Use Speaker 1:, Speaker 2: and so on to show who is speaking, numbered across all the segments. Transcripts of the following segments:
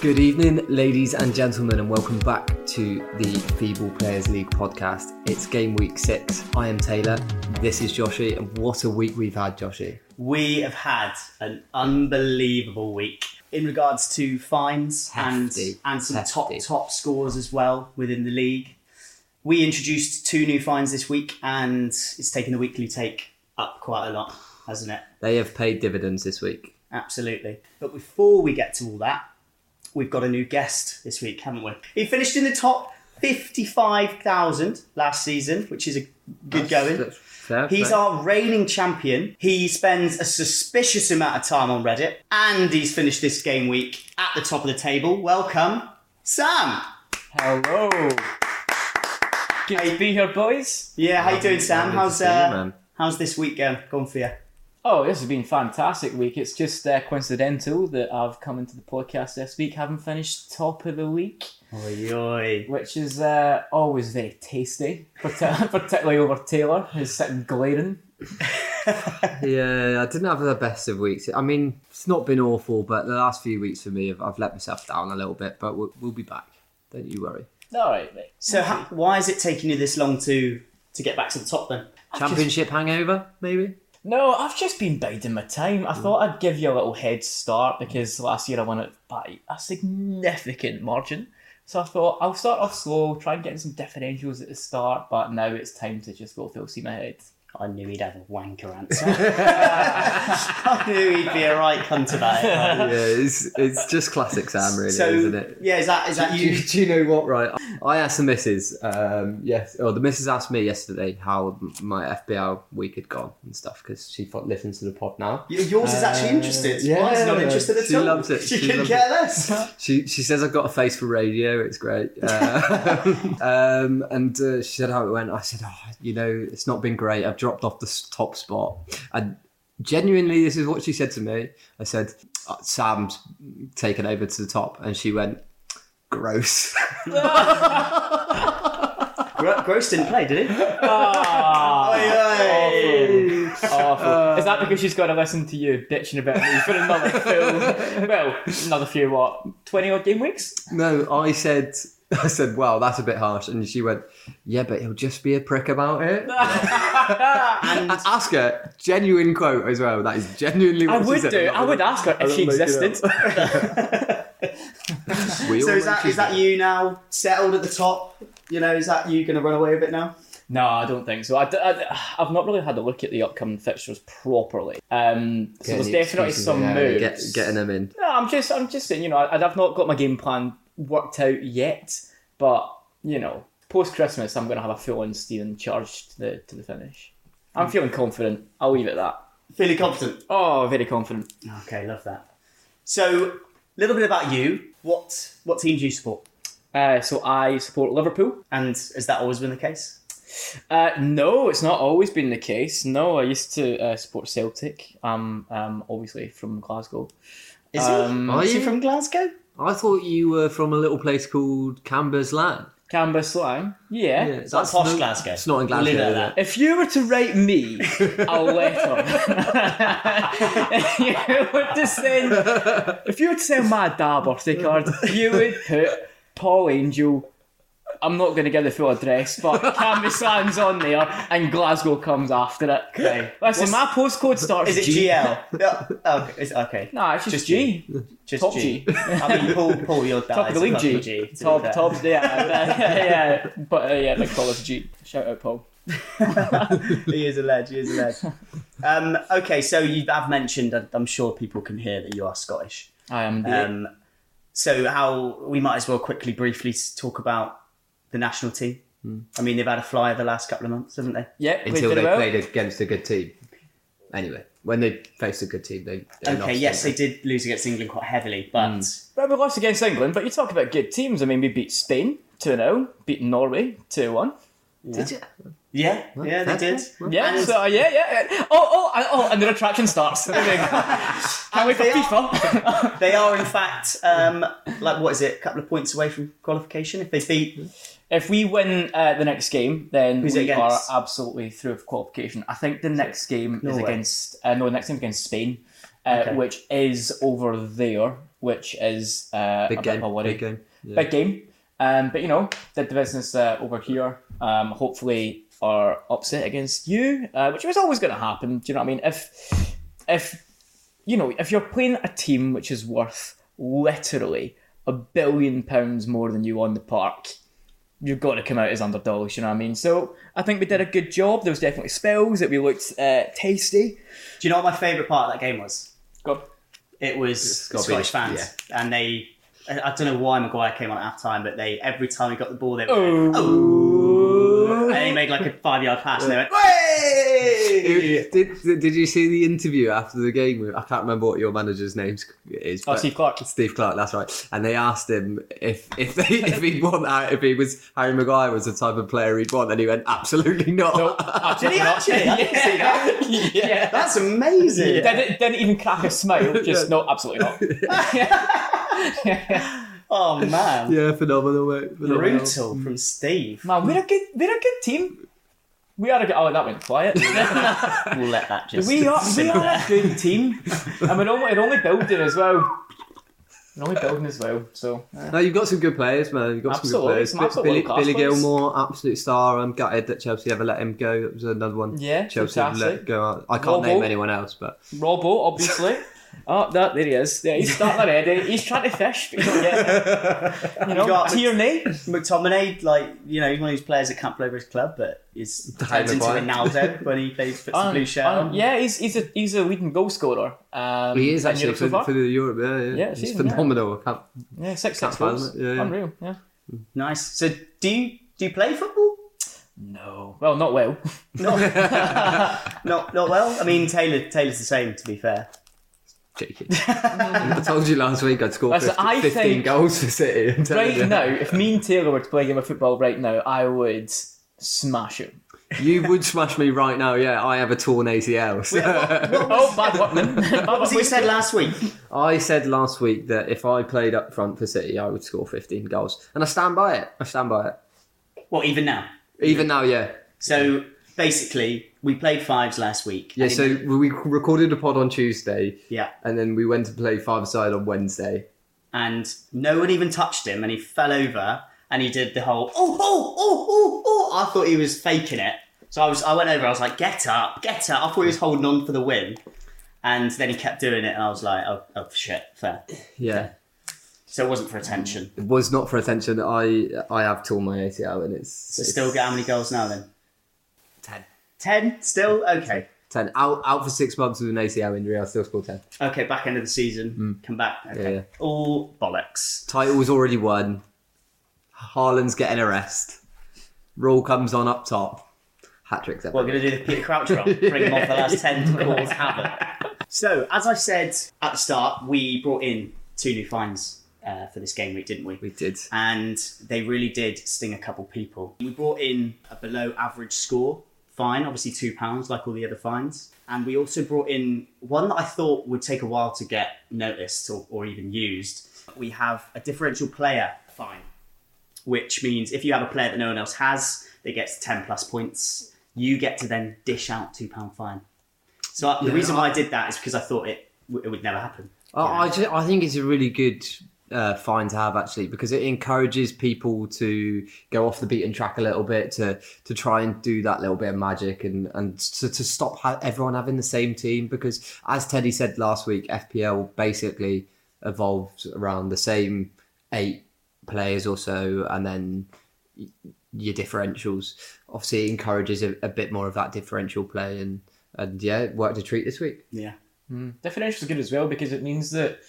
Speaker 1: Good evening, ladies and gentlemen, and welcome back to the Feeble Players League podcast. It's game week six. I am Taylor. This is Joshy, and what a week we've had, Joshy.
Speaker 2: We have had an unbelievable week in regards to fines
Speaker 1: Hefty.
Speaker 2: and and some
Speaker 1: Hefty.
Speaker 2: top top scores as well within the league. We introduced two new fines this week, and it's taken the weekly take up quite a lot, hasn't it?
Speaker 1: They have paid dividends this week.
Speaker 2: Absolutely. But before we get to all that, we've got a new guest this week, haven't we? He finished in the top fifty-five thousand last season, which is a good going.
Speaker 1: That's fair
Speaker 2: He's
Speaker 1: play.
Speaker 2: our reigning champion. He spends a suspicious amount of time on Reddit, and he's finished this game week at the top of the table. Welcome, Sam.
Speaker 3: Hello. Good to be here, boys.
Speaker 2: Yeah, how you doing,
Speaker 1: Lovely
Speaker 2: Sam?
Speaker 1: to
Speaker 2: How's
Speaker 1: see you,
Speaker 2: uh,
Speaker 1: man.
Speaker 2: how's this week going? Going for you?
Speaker 3: Oh, this has been a fantastic week. It's just uh, coincidental that I've come into the podcast this week, having finished top of the week,
Speaker 2: Oi, oi.
Speaker 3: which is uh, always very tasty, parti- particularly over Taylor, who's sitting glaring.
Speaker 1: Yeah, I didn't have the best of weeks. I mean, it's not been awful, but the last few weeks for me, I've, I've let myself down a little bit, but we'll, we'll be back. Don't you worry.
Speaker 3: All right, mate.
Speaker 2: So, how, why is it taking you this long to to get back to the top then?
Speaker 1: Championship hangover, maybe?
Speaker 3: No, I've just been biding my time.
Speaker 1: Mm.
Speaker 3: I thought I'd give you a little head start because last year I won it by a significant margin. So I thought I'll start off slow, try and get in some differentials at the start, but now it's time to just go full steam ahead.
Speaker 2: I knew he'd have a wanker answer. I knew he'd be a right cunt about it.
Speaker 1: Yeah, it's, it's just classic Sam, really,
Speaker 2: so,
Speaker 1: isn't it?
Speaker 2: yeah, is that is that
Speaker 1: do, you,
Speaker 2: you?
Speaker 1: do you know what? Right, I asked the missus. Um, yes, or the missus asked me yesterday how my FBL week had gone and stuff because she fo- listens to the pod now.
Speaker 2: Yours is actually interested.
Speaker 1: Uh, yeah,
Speaker 2: Mine's not interested at
Speaker 1: she
Speaker 2: all.
Speaker 1: loves it.
Speaker 2: She,
Speaker 1: She
Speaker 2: can
Speaker 1: loves
Speaker 2: care less.
Speaker 1: She she says I've got a face for radio. It's great. Uh, um, and uh, she said how it went. I said, oh, you know, it's not been great. I've dropped off the s- top spot. And genuinely, this is what she said to me. I said, "Uh, Sam's taken over to the top, and she went, gross.
Speaker 2: Gro- Gross didn't play, did he? Oi, oi.
Speaker 3: Awful. Ah, Awful.
Speaker 1: Ah.
Speaker 3: Is that because she's got to listen to you bitching about me for another full, well, another few what, twenty odd game weeks?
Speaker 1: No, I said, I said, wow, that's a bit harsh. And she went, yeah, but he'll just be a prick about it. and ask her, genuine quote as well. That is genuinely
Speaker 3: I
Speaker 1: what she
Speaker 3: would
Speaker 1: said.
Speaker 3: do. I would ask her
Speaker 1: I'm
Speaker 3: if
Speaker 1: not
Speaker 3: she
Speaker 1: making it
Speaker 3: existed.
Speaker 1: We all
Speaker 2: So is
Speaker 1: know
Speaker 2: that
Speaker 1: she's
Speaker 2: is that you now settled at the top? You know, is that you going to run away with it now?
Speaker 3: No, I don't think so. I, have not really had a look at the upcoming fixtures properly. Um, so
Speaker 1: getting
Speaker 3: there's
Speaker 1: the
Speaker 3: definitely
Speaker 1: excuses
Speaker 3: some
Speaker 1: in there, get-
Speaker 3: moves.
Speaker 1: getting them in.
Speaker 3: No, I'm just, I'm just saying, you know, I, I've not got my game plan worked out yet, but you know, post Christmas, I'm going to have a full-on steam charge to the to the finish. I'm feeling confident. I'll leave it at that.
Speaker 2: Feeling confident.
Speaker 3: Oh, very confident.
Speaker 2: Okay, love that. So, a little bit about you. What what team do you support?
Speaker 3: Uh, so I support Liverpool.
Speaker 2: And has that always been the case?
Speaker 3: Uh, no, it's not always been the case. No, I used to uh, support Celtic. Um, um, obviously from Glasgow.
Speaker 2: Is
Speaker 3: Um,
Speaker 2: he? Is he
Speaker 1: you?
Speaker 2: from Glasgow?
Speaker 1: I thought you were from a little place called Cambers Land.
Speaker 3: Canberra slang. Yeah.
Speaker 1: Yeah, that's
Speaker 2: posh
Speaker 1: no-
Speaker 2: Glasgow.
Speaker 1: It's not in Glasgow.
Speaker 2: Leave it at
Speaker 1: is
Speaker 2: that.
Speaker 3: If you were to write me a letter, if you were to send, if you were to send my dad birthday card, you would put Paul Angel. I'm not going to give the full address, but Cambuslan's on there, and Glasgow comes after it.
Speaker 2: Okay. What's-
Speaker 3: Listen, my postcode starts.
Speaker 2: Is it
Speaker 3: G.
Speaker 2: GL? No, okay, it's, okay.
Speaker 3: Nah, it's just,
Speaker 2: Just
Speaker 3: G.
Speaker 2: Just
Speaker 3: Top
Speaker 2: G.
Speaker 3: G.
Speaker 2: I mean, Paul, Paul, your dad
Speaker 3: Top of
Speaker 2: is
Speaker 3: the league
Speaker 2: a
Speaker 3: G.
Speaker 2: proper G to be
Speaker 3: Top,
Speaker 2: fair.
Speaker 3: top, yeah, yeah, yeah. But uh, yeah, they call us G. Shout out, Paul.
Speaker 2: he is a lad. He is a lad. Um, okay, so you have mentioned. I- I'm sure people can hear that you are Scottish.
Speaker 3: I am the.
Speaker 2: Um, so how we might as well quickly, briefly s- talk about the national team.
Speaker 1: Hmm.
Speaker 2: I mean, they've had a flyer the last couple of months, haven't they?
Speaker 3: yeah, we
Speaker 1: Until
Speaker 3: did
Speaker 1: they
Speaker 3: well.
Speaker 1: played against a good team. Anyway, when they faced a good team, they, they
Speaker 2: Okay,
Speaker 1: lost,
Speaker 2: yes, they
Speaker 1: didn't Hmm.
Speaker 2: did lose against England quite heavily, but
Speaker 3: Well, we lost against England, but you talk about good teams. I mean, we beat Spain 2 0, beat Norway 2 1.
Speaker 1: they? Did you?
Speaker 2: yeah, yeah, they did.
Speaker 3: Yeah, so yeah, yeah. yeah. Oh, oh, and, oh, and the retraction starts. There we go. Can't wait for
Speaker 2: They are-
Speaker 3: FIFA.
Speaker 2: They are, in fact, um, like what is it, a couple of points away from qualification if they beat.
Speaker 3: if we win uh, the next game, then
Speaker 2: Who's it
Speaker 3: we are
Speaker 2: against?
Speaker 3: absolutely through of qualification. I think the next game
Speaker 2: Norway.
Speaker 3: is against. Uh, no, the next game is against Spain, uh,
Speaker 2: Okay.
Speaker 3: which is over there. which is uh,
Speaker 1: Big
Speaker 3: a bit
Speaker 1: game.
Speaker 3: of a worry.
Speaker 1: Big game. Yeah.
Speaker 3: Big game. Um, but you know, did the business uh, over here. Um, hopefully, are upset against you, uh, which was always going to happen. Do you know what I mean? If, if you know, if you're playing a team which is worth literally a billion pounds more than you on the park, you've got to come out as underdogs. You know what I mean? So I think we did a good job. There was definitely spells that we looked uh, tasty.
Speaker 2: Do you know what my favourite part of that game was?
Speaker 3: God,
Speaker 2: It was
Speaker 1: It's gotta be
Speaker 2: Scottish
Speaker 1: the-
Speaker 2: fans, and they. I I don't know why Maguire came on at half time, but they every time he got the ball, they were like,
Speaker 3: Oh.
Speaker 2: and he made like a five yard pass, and they went,
Speaker 1: Did, did, did you see the interview after the game? with- I can't remember what your manager's name is.
Speaker 3: Oh,
Speaker 1: but-
Speaker 3: Steve Clark.
Speaker 1: Steve Clark, that's right. And they asked him if if they, if he want out if he was Harry Maguire was the type of player he'd want, and he went absolutely not.
Speaker 2: Did he actually? I didn't see that.
Speaker 3: yeah.
Speaker 2: That's amazing.
Speaker 3: Didn't, didn't even crack a smile. Just no, absolutely not.
Speaker 2: Oh man,
Speaker 1: yeah, Mm. phenomenal, mate. Phenomenal.
Speaker 2: brutal from Steve.
Speaker 3: Man, we're a good, we're a good team. We are a good. Oh, that went quiet.
Speaker 2: We'll let that just.
Speaker 3: we are, we
Speaker 2: sit
Speaker 3: are
Speaker 2: there.
Speaker 3: a good team, and we're only, we're only building as well. We're only building as well. So
Speaker 1: No, you've got some good players, man. You've got
Speaker 3: Absolutely,
Speaker 1: some good
Speaker 3: some
Speaker 1: players.
Speaker 3: absolute
Speaker 1: Billy,
Speaker 3: world-class
Speaker 1: Billy
Speaker 3: players.
Speaker 1: Gilmore, absolute star. I'm gutted that Chelsea ever let him go. That was another one.
Speaker 3: Yeah,
Speaker 1: Chelsea let
Speaker 3: fantastic.
Speaker 1: go. Out. I can't
Speaker 3: Well,
Speaker 1: name
Speaker 3: well-
Speaker 1: anyone else, but
Speaker 3: Robbo, obviously. Oh, that there he is. Yeah, he's starting already. He's trying to fish, but he's not getting it. You know,
Speaker 2: got-
Speaker 3: Tierney.
Speaker 2: McTominay, like you know, he's one of these players that can't play for his club, but is turns into
Speaker 1: Maguire.
Speaker 2: Ronaldo when he plays puts the
Speaker 3: Um,
Speaker 2: blue shirt
Speaker 3: um,
Speaker 2: on.
Speaker 3: yeah, he's he's a he's a leading goal scorer. Um,
Speaker 1: Oh, he is
Speaker 3: in
Speaker 1: actually
Speaker 3: Europe
Speaker 1: for,
Speaker 3: so far.
Speaker 1: for the Europe. Yeah, yeah.
Speaker 3: Yeah,
Speaker 1: he's
Speaker 3: season, yeah.
Speaker 1: phenomenal. I can't,
Speaker 3: yeah six
Speaker 1: Can't
Speaker 3: six goals.
Speaker 1: fathom it, yeah, yeah.
Speaker 3: Unreal. Yeah.
Speaker 2: Nice. So do you do you play football?
Speaker 3: No. Well, not well.
Speaker 2: Not not well. I mean, Taylor Taylor's the same. To be fair,
Speaker 1: cheeky. I told you last week I'd score
Speaker 3: Listen,
Speaker 1: 50,
Speaker 3: I
Speaker 1: 15
Speaker 3: think-
Speaker 1: goals for City. I'm telling
Speaker 3: right
Speaker 1: you.
Speaker 3: now, if me and Taylor were to play a game of football right now, I would smash him.
Speaker 1: You would smash me right now, yeah. I have a torn ACL. so-
Speaker 3: Oh, bad workman. bad
Speaker 2: what was it you
Speaker 3: workman.
Speaker 2: said last week?
Speaker 1: I said last week that if I played up front for City, I would score 15 goals. And I stand by it. I stand by it.
Speaker 2: Well, even now.
Speaker 1: Even now, yeah.
Speaker 2: So basically, we played fives last week.
Speaker 1: Yeah,
Speaker 2: And
Speaker 1: so
Speaker 2: in-
Speaker 1: we recorded a pod on Tuesday,
Speaker 2: yeah,
Speaker 1: and then we went to play five side on Wednesday.
Speaker 2: and no one even touched him, and he fell over, and he did the whole oh oh oh oh oh. I thought he was faking it, so I was I went over. I was like, get up, get up. I thought he was holding on for the win, and then he kept doing it, and I was like, oh, oh shit, fair.
Speaker 1: Yeah.
Speaker 2: So it wasn't for attention.
Speaker 1: It was not for attention. I I have torn my ACL, and it's,
Speaker 2: So
Speaker 1: it's
Speaker 2: still get how many goals now then?
Speaker 1: 10.
Speaker 2: Ten still okay.
Speaker 1: 10. Out, out for six months with an ACL injury, I still score 10.
Speaker 2: Okay, back end of the season, come back. Okay,
Speaker 1: Yeah, yeah.
Speaker 2: all bollocks.
Speaker 1: Title's already won. Haaland's getting a rest. Rule comes on up top. Hat trick
Speaker 2: We're going to do the Peter Crouch run, bring him off the last 10 to cause havoc. So, as I said at the start, we brought in two new fines uh, for this game week, didn't we?
Speaker 1: We did.
Speaker 2: And they really did sting a couple people. We brought in a below average score fine, obviously £2, like all the other fines. And we also brought in one that I thought would take a while to get noticed or, or even used. We have a differential player fine which means if you have a player that no one else has that gets 10 plus points, you get to then dish out £2 fine. So I- the
Speaker 1: Yeah,
Speaker 2: reason why I did that is because I thought it, w- it would never happen.
Speaker 1: I I, ju- I think it's a really good uh, find to have actually because it encourages people to go off the beaten track a little bit to to try and do that little bit of magic and and to, to stop ha- everyone having the same team because as Teddy said last week, FPL basically evolves around the same eight players or so, and then y- your differentials. Obviously, it encourages a, a bit more of that differential play and. And yeah, it worked a treat this week.
Speaker 2: Yeah.
Speaker 3: Differential's good as well because it means that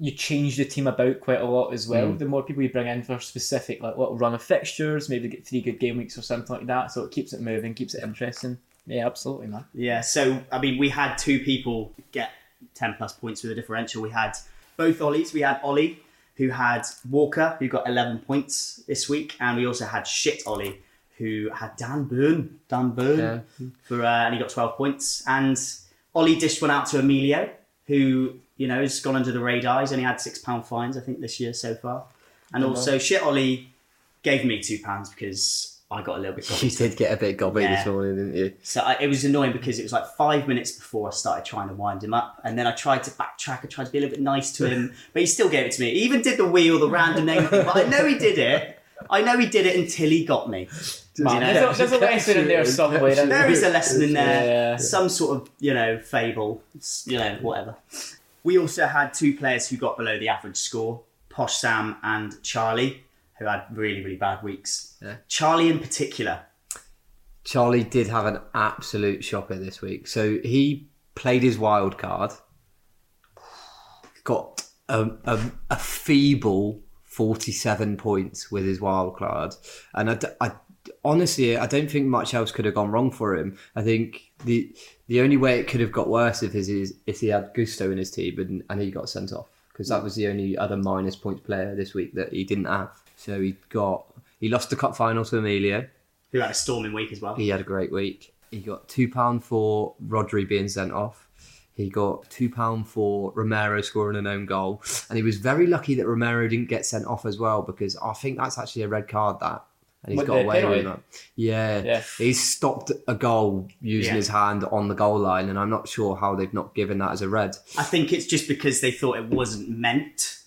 Speaker 3: you change the team about quite a lot as well. The more people you bring in for specific like little run of fixtures, maybe get three good game weeks or something like that. So it keeps it moving, keeps it interesting. Yeah, absolutely, man.
Speaker 2: Yeah. So, I mean, we had two people get 10 plus points with a differential. We had both Ollies. We had Ollie, who had Walker, who got 11 points this week. And we also had Shit Ollie, who had Dan Byrne. Dan Byrne.
Speaker 1: Yeah.
Speaker 2: for uh, and he got 12 points. And Ollie dished one out to Emilio, who you know has gone under the radar. He's only had six pound fines I think this year so far. And also shit Ollie gave me two pounds because I got a little bit
Speaker 1: You
Speaker 2: cocky.
Speaker 1: did get a bit gobby
Speaker 2: Yeah.
Speaker 1: this morning, didn't you?
Speaker 2: So I, it was annoying because it was like five minutes before I started trying to wind him up, and then I tried to backtrack. I tried to be a little bit nice to him, but he still gave it to me. He even did the wheel, the random name thing. But I know he did it. I know he did it until he got me.
Speaker 3: Man,
Speaker 2: know,
Speaker 3: there's a, there's a
Speaker 1: she kept
Speaker 3: lesson in there
Speaker 1: shooting,
Speaker 3: somewhere.
Speaker 1: kept
Speaker 3: isn't
Speaker 2: There
Speaker 3: there?
Speaker 2: is a lesson in there.
Speaker 3: Yeah.
Speaker 2: Some sort of, you know, fable, s- you know, whatever. We also had two players who got below the average score Posh Sam and Charlie, who had really, really bad weeks.
Speaker 1: Yeah.
Speaker 2: Charlie, in particular,
Speaker 1: Charlie did have an absolute shocker this week. So he played his wild card, got a, a, a feeble 47 points with his wild card. And I, d- I- honestly, I don't think much else could have gone wrong for him. I think the the only way it could have got worse if, his, is if he had Gusto in his team and, and he got sent off. Because that was the only other minus points player this week that he didn't have. So he got he lost the cup final to Emilio.
Speaker 2: who had a storming week as well.
Speaker 1: He had a great week. He got two pound for Rodri being sent off. He got two pound for Romero scoring an own goal, and he was very lucky that Romero didn't get sent off as well because I think that's actually a red card that, and he's
Speaker 3: What,
Speaker 1: got
Speaker 3: the
Speaker 1: away
Speaker 3: penalty?
Speaker 1: with that. Yeah.
Speaker 3: Yeah.
Speaker 1: he's stopped a goal using
Speaker 2: Yeah.
Speaker 1: his hand on the goal line, and I'm not sure how they've not given that as a red.
Speaker 2: I think it's just because they thought it wasn't meant,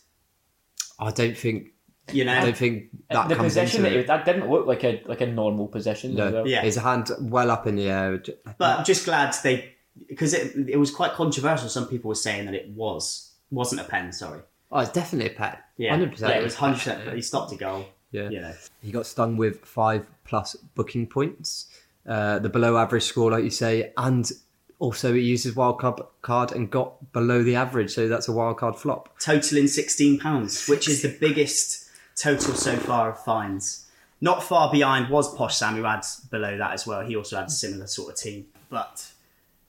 Speaker 1: I don't think
Speaker 2: you know?
Speaker 1: I don't think that
Speaker 3: the
Speaker 1: comes
Speaker 3: position
Speaker 1: into
Speaker 3: that he,
Speaker 1: it.
Speaker 3: was- that didn't look like a like a normal position. as
Speaker 1: No,
Speaker 3: well.
Speaker 2: Yeah.
Speaker 1: his hand well up in the air.
Speaker 2: But I'm just glad they, because it, it was quite controversial. Some people were saying that it was, wasn't a pen, sorry.
Speaker 1: Oh, it's definitely a pet.
Speaker 2: Yeah,
Speaker 1: 100%.
Speaker 2: yeah it was 100%, but he stopped a goal,
Speaker 1: Yeah.
Speaker 2: you know.
Speaker 1: He got stung with five plus booking points, uh, the below average score, like you say, and also he used his wild card- card and got below the average, so that's a wild card flop.
Speaker 2: totaling sixteen pounds, which is the biggest total so far of fines. Not far behind was Posh Sam, who had below that as well. He also had a similar sort of team, but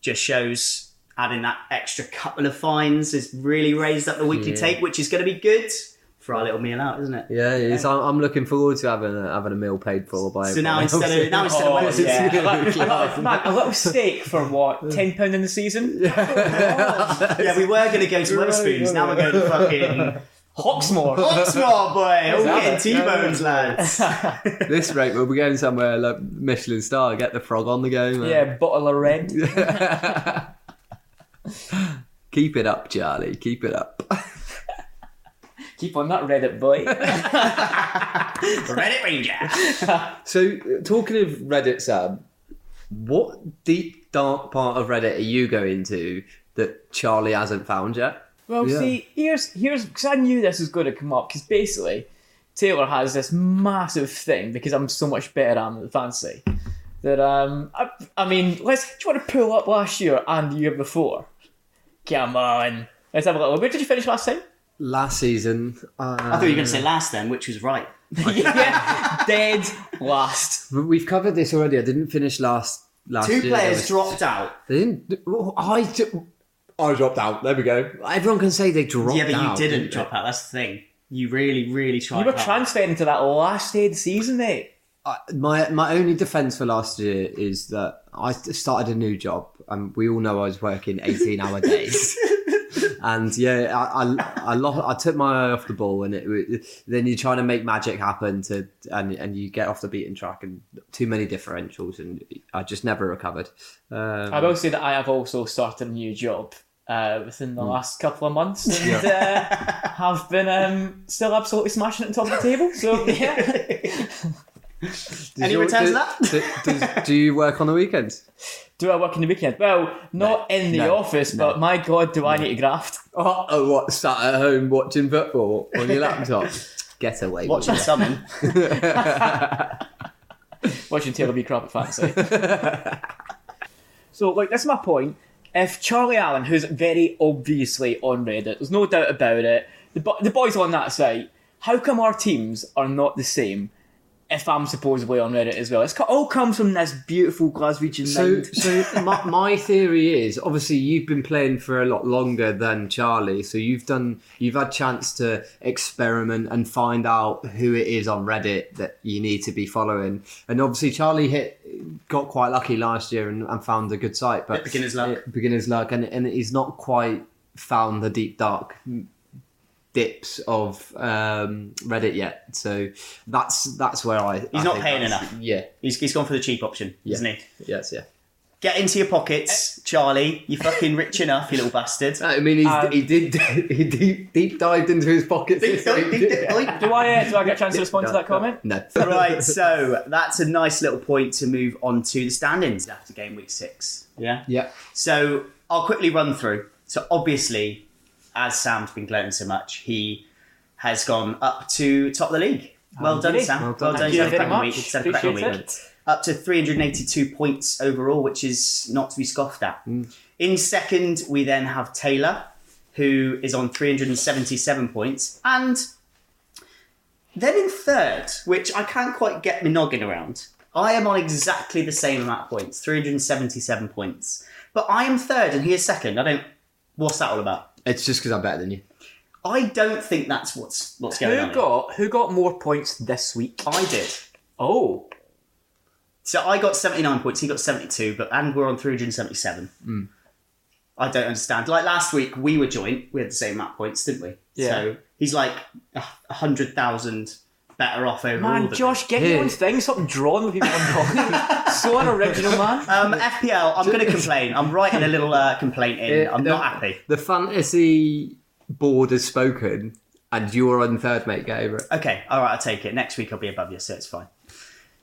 Speaker 2: just shows adding that extra couple of fines has really raised up the weekly
Speaker 1: Yeah.
Speaker 2: take, which is going to be good for our little meal out, isn't it?
Speaker 1: Yeah, it is. I'm I'm looking forward to having a, having a meal paid for by.
Speaker 2: So now
Speaker 1: everyone
Speaker 2: instead
Speaker 1: else.
Speaker 2: of now instead of
Speaker 3: Oh,
Speaker 2: Wednesday-
Speaker 3: yeah. A little- man, a little steak for what ten pound in the season?
Speaker 2: yeah, we were going to go to Wetherspoons. Now we're going to fucking
Speaker 3: oh. Hawksmoor.
Speaker 2: Oxmoor, boy. All getting
Speaker 1: Exactly.
Speaker 2: T-bones, lads.
Speaker 1: this rate, we'll be going somewhere like Michelin star. Get the frog on the go, man.
Speaker 3: yeah, bottle of red.
Speaker 1: Keep it up, Charlie. Keep it up.
Speaker 3: Keep on that Reddit boy.
Speaker 2: Reddit Ranger.
Speaker 1: So, uh, talking of Reddit, Sam, what deep dark part of Reddit are you going to that Charlie hasn't found yet?
Speaker 3: Well,
Speaker 1: Yeah.
Speaker 3: see, here's here's because I knew this was going to come up because basically Taylor has this massive thing because I'm so much better at it than Fancy that um I, I mean let's do you want to pull up last year and the year before? Come on, let's have a little. Where did you finish last time?
Speaker 1: Last season, uh,
Speaker 2: I thought you were going to say last then, which was right.
Speaker 3: yeah, dead last.
Speaker 1: we've covered this already. I didn't finish last last
Speaker 2: Two
Speaker 1: year.
Speaker 2: players dropped out.
Speaker 1: They didn't. oh, I d- I dropped out. There we go. Everyone can say they dropped out.
Speaker 2: Yeah, but you didn't
Speaker 1: they?
Speaker 2: drop out. That's the thing. You really, really tried.
Speaker 3: You were
Speaker 2: hard.
Speaker 3: transferred into that last day of the season, mate.
Speaker 1: I- my my only defense for last year is that I started a new job, and we all know I was working eighteen hour days. And yeah, I I, I, lo- I took my eye off the ball, and it, wa- then you're trying to make magic happen to, and and you get off the beaten track, and too many differentials, and I just never recovered. Um,
Speaker 3: I will say that I have also started a new job uh, within the
Speaker 1: Hmm.
Speaker 3: last couple of months and uh, have been um, still absolutely smashing it on top of the table. So, yeah.
Speaker 1: does
Speaker 2: Any
Speaker 1: your-
Speaker 2: returns
Speaker 1: do-
Speaker 2: left?
Speaker 1: do, does- do you work on the weekends?
Speaker 3: do I work in the weekend? Well, not in the
Speaker 1: No.
Speaker 3: office, but my God, do I need to graft?
Speaker 1: Oh, oh, what? Sat at home watching football on your laptop? Get away! with
Speaker 2: Watching
Speaker 1: it.
Speaker 2: something.
Speaker 3: Watching Taylor be crap at fancy. so, like, that's my point. If Charlie Allen, who's very obviously on Reddit, there's no doubt about it, the, bo- the boys on that site, how come our teams are not the same? If I'm supposedly on Reddit as well, it's co- all comes from this beautiful Glaswegian
Speaker 1: So,
Speaker 3: mind.
Speaker 1: so my, my theory is obviously you've been playing for a lot longer than Charlie, so you've done you've had chance to experiment and find out who it is on Reddit that you need to be following. And obviously Charlie hit got quite lucky last year and, and found a good site, but
Speaker 2: Beginner's luck.
Speaker 1: beginner's luck, and and he's not quite found the deep dark dips of um, Reddit yet. So that's that's where I.
Speaker 2: He's not paying enough.
Speaker 1: Yeah.
Speaker 2: He's, he's gone for the cheap option,
Speaker 1: Yeah.
Speaker 2: isn't he?
Speaker 1: Yes. Yeah.
Speaker 2: Get into your pockets, Charlie. You're fucking rich enough, you little bastard.
Speaker 1: I mean, he's,
Speaker 3: Um,
Speaker 1: he did. He deep, deep dived into his pockets. this week.
Speaker 3: Do I, uh, do I get a chance to respond to
Speaker 1: No,
Speaker 3: that comment?
Speaker 1: No.
Speaker 2: right, so that's a nice little point to move on to the standings after game week six. Yeah.
Speaker 1: Yeah.
Speaker 2: So I'll quickly run through. So obviously, as Sam's been gloating so much, he has gone up to top of the league. Well done,
Speaker 3: Indeed.
Speaker 2: Sam.
Speaker 1: Well done.
Speaker 2: Well done,
Speaker 1: Thank
Speaker 3: you
Speaker 2: Sam.
Speaker 3: very
Speaker 2: Cracking
Speaker 3: much.
Speaker 2: week. He's had a cracking
Speaker 3: Appreciate
Speaker 2: week.
Speaker 3: it.
Speaker 2: Up to 382 points overall, which is not to be scoffed at.
Speaker 3: Mm.
Speaker 2: In second, we then have Taylor, who is on 377 points. And then in third, which I can't quite get my noggin around, I am on exactly the same amount of points 377 points. But I am third and he is second. I don't. What's that all about?
Speaker 1: It's just because I'm better than you.
Speaker 2: I don't think that's what's what's going on.
Speaker 3: Who
Speaker 2: here.
Speaker 3: got who got more points this week?
Speaker 2: I did.
Speaker 3: Oh,
Speaker 2: So I got 79 points, he got 72, but and we're on 377.
Speaker 3: Hmm.
Speaker 2: I don't understand. Like last week, we were joint. We had the same map points, didn't we?
Speaker 3: Yeah.
Speaker 2: So he's like a 100,000 better off overall.
Speaker 3: man,
Speaker 2: than
Speaker 3: Josh, get your own thing. Stop drawing with people on points. so unoriginal, man.
Speaker 2: Um, FPL, I'm going to complain. I'm writing a little uh, complaint in.
Speaker 1: Yeah,
Speaker 2: I'm
Speaker 1: no.
Speaker 2: not happy.
Speaker 1: The fantasy board has spoken, and you're on third, mate. Get over it.
Speaker 2: Okay, all right, I'll take it. Next week I'll be above you, so it's fine.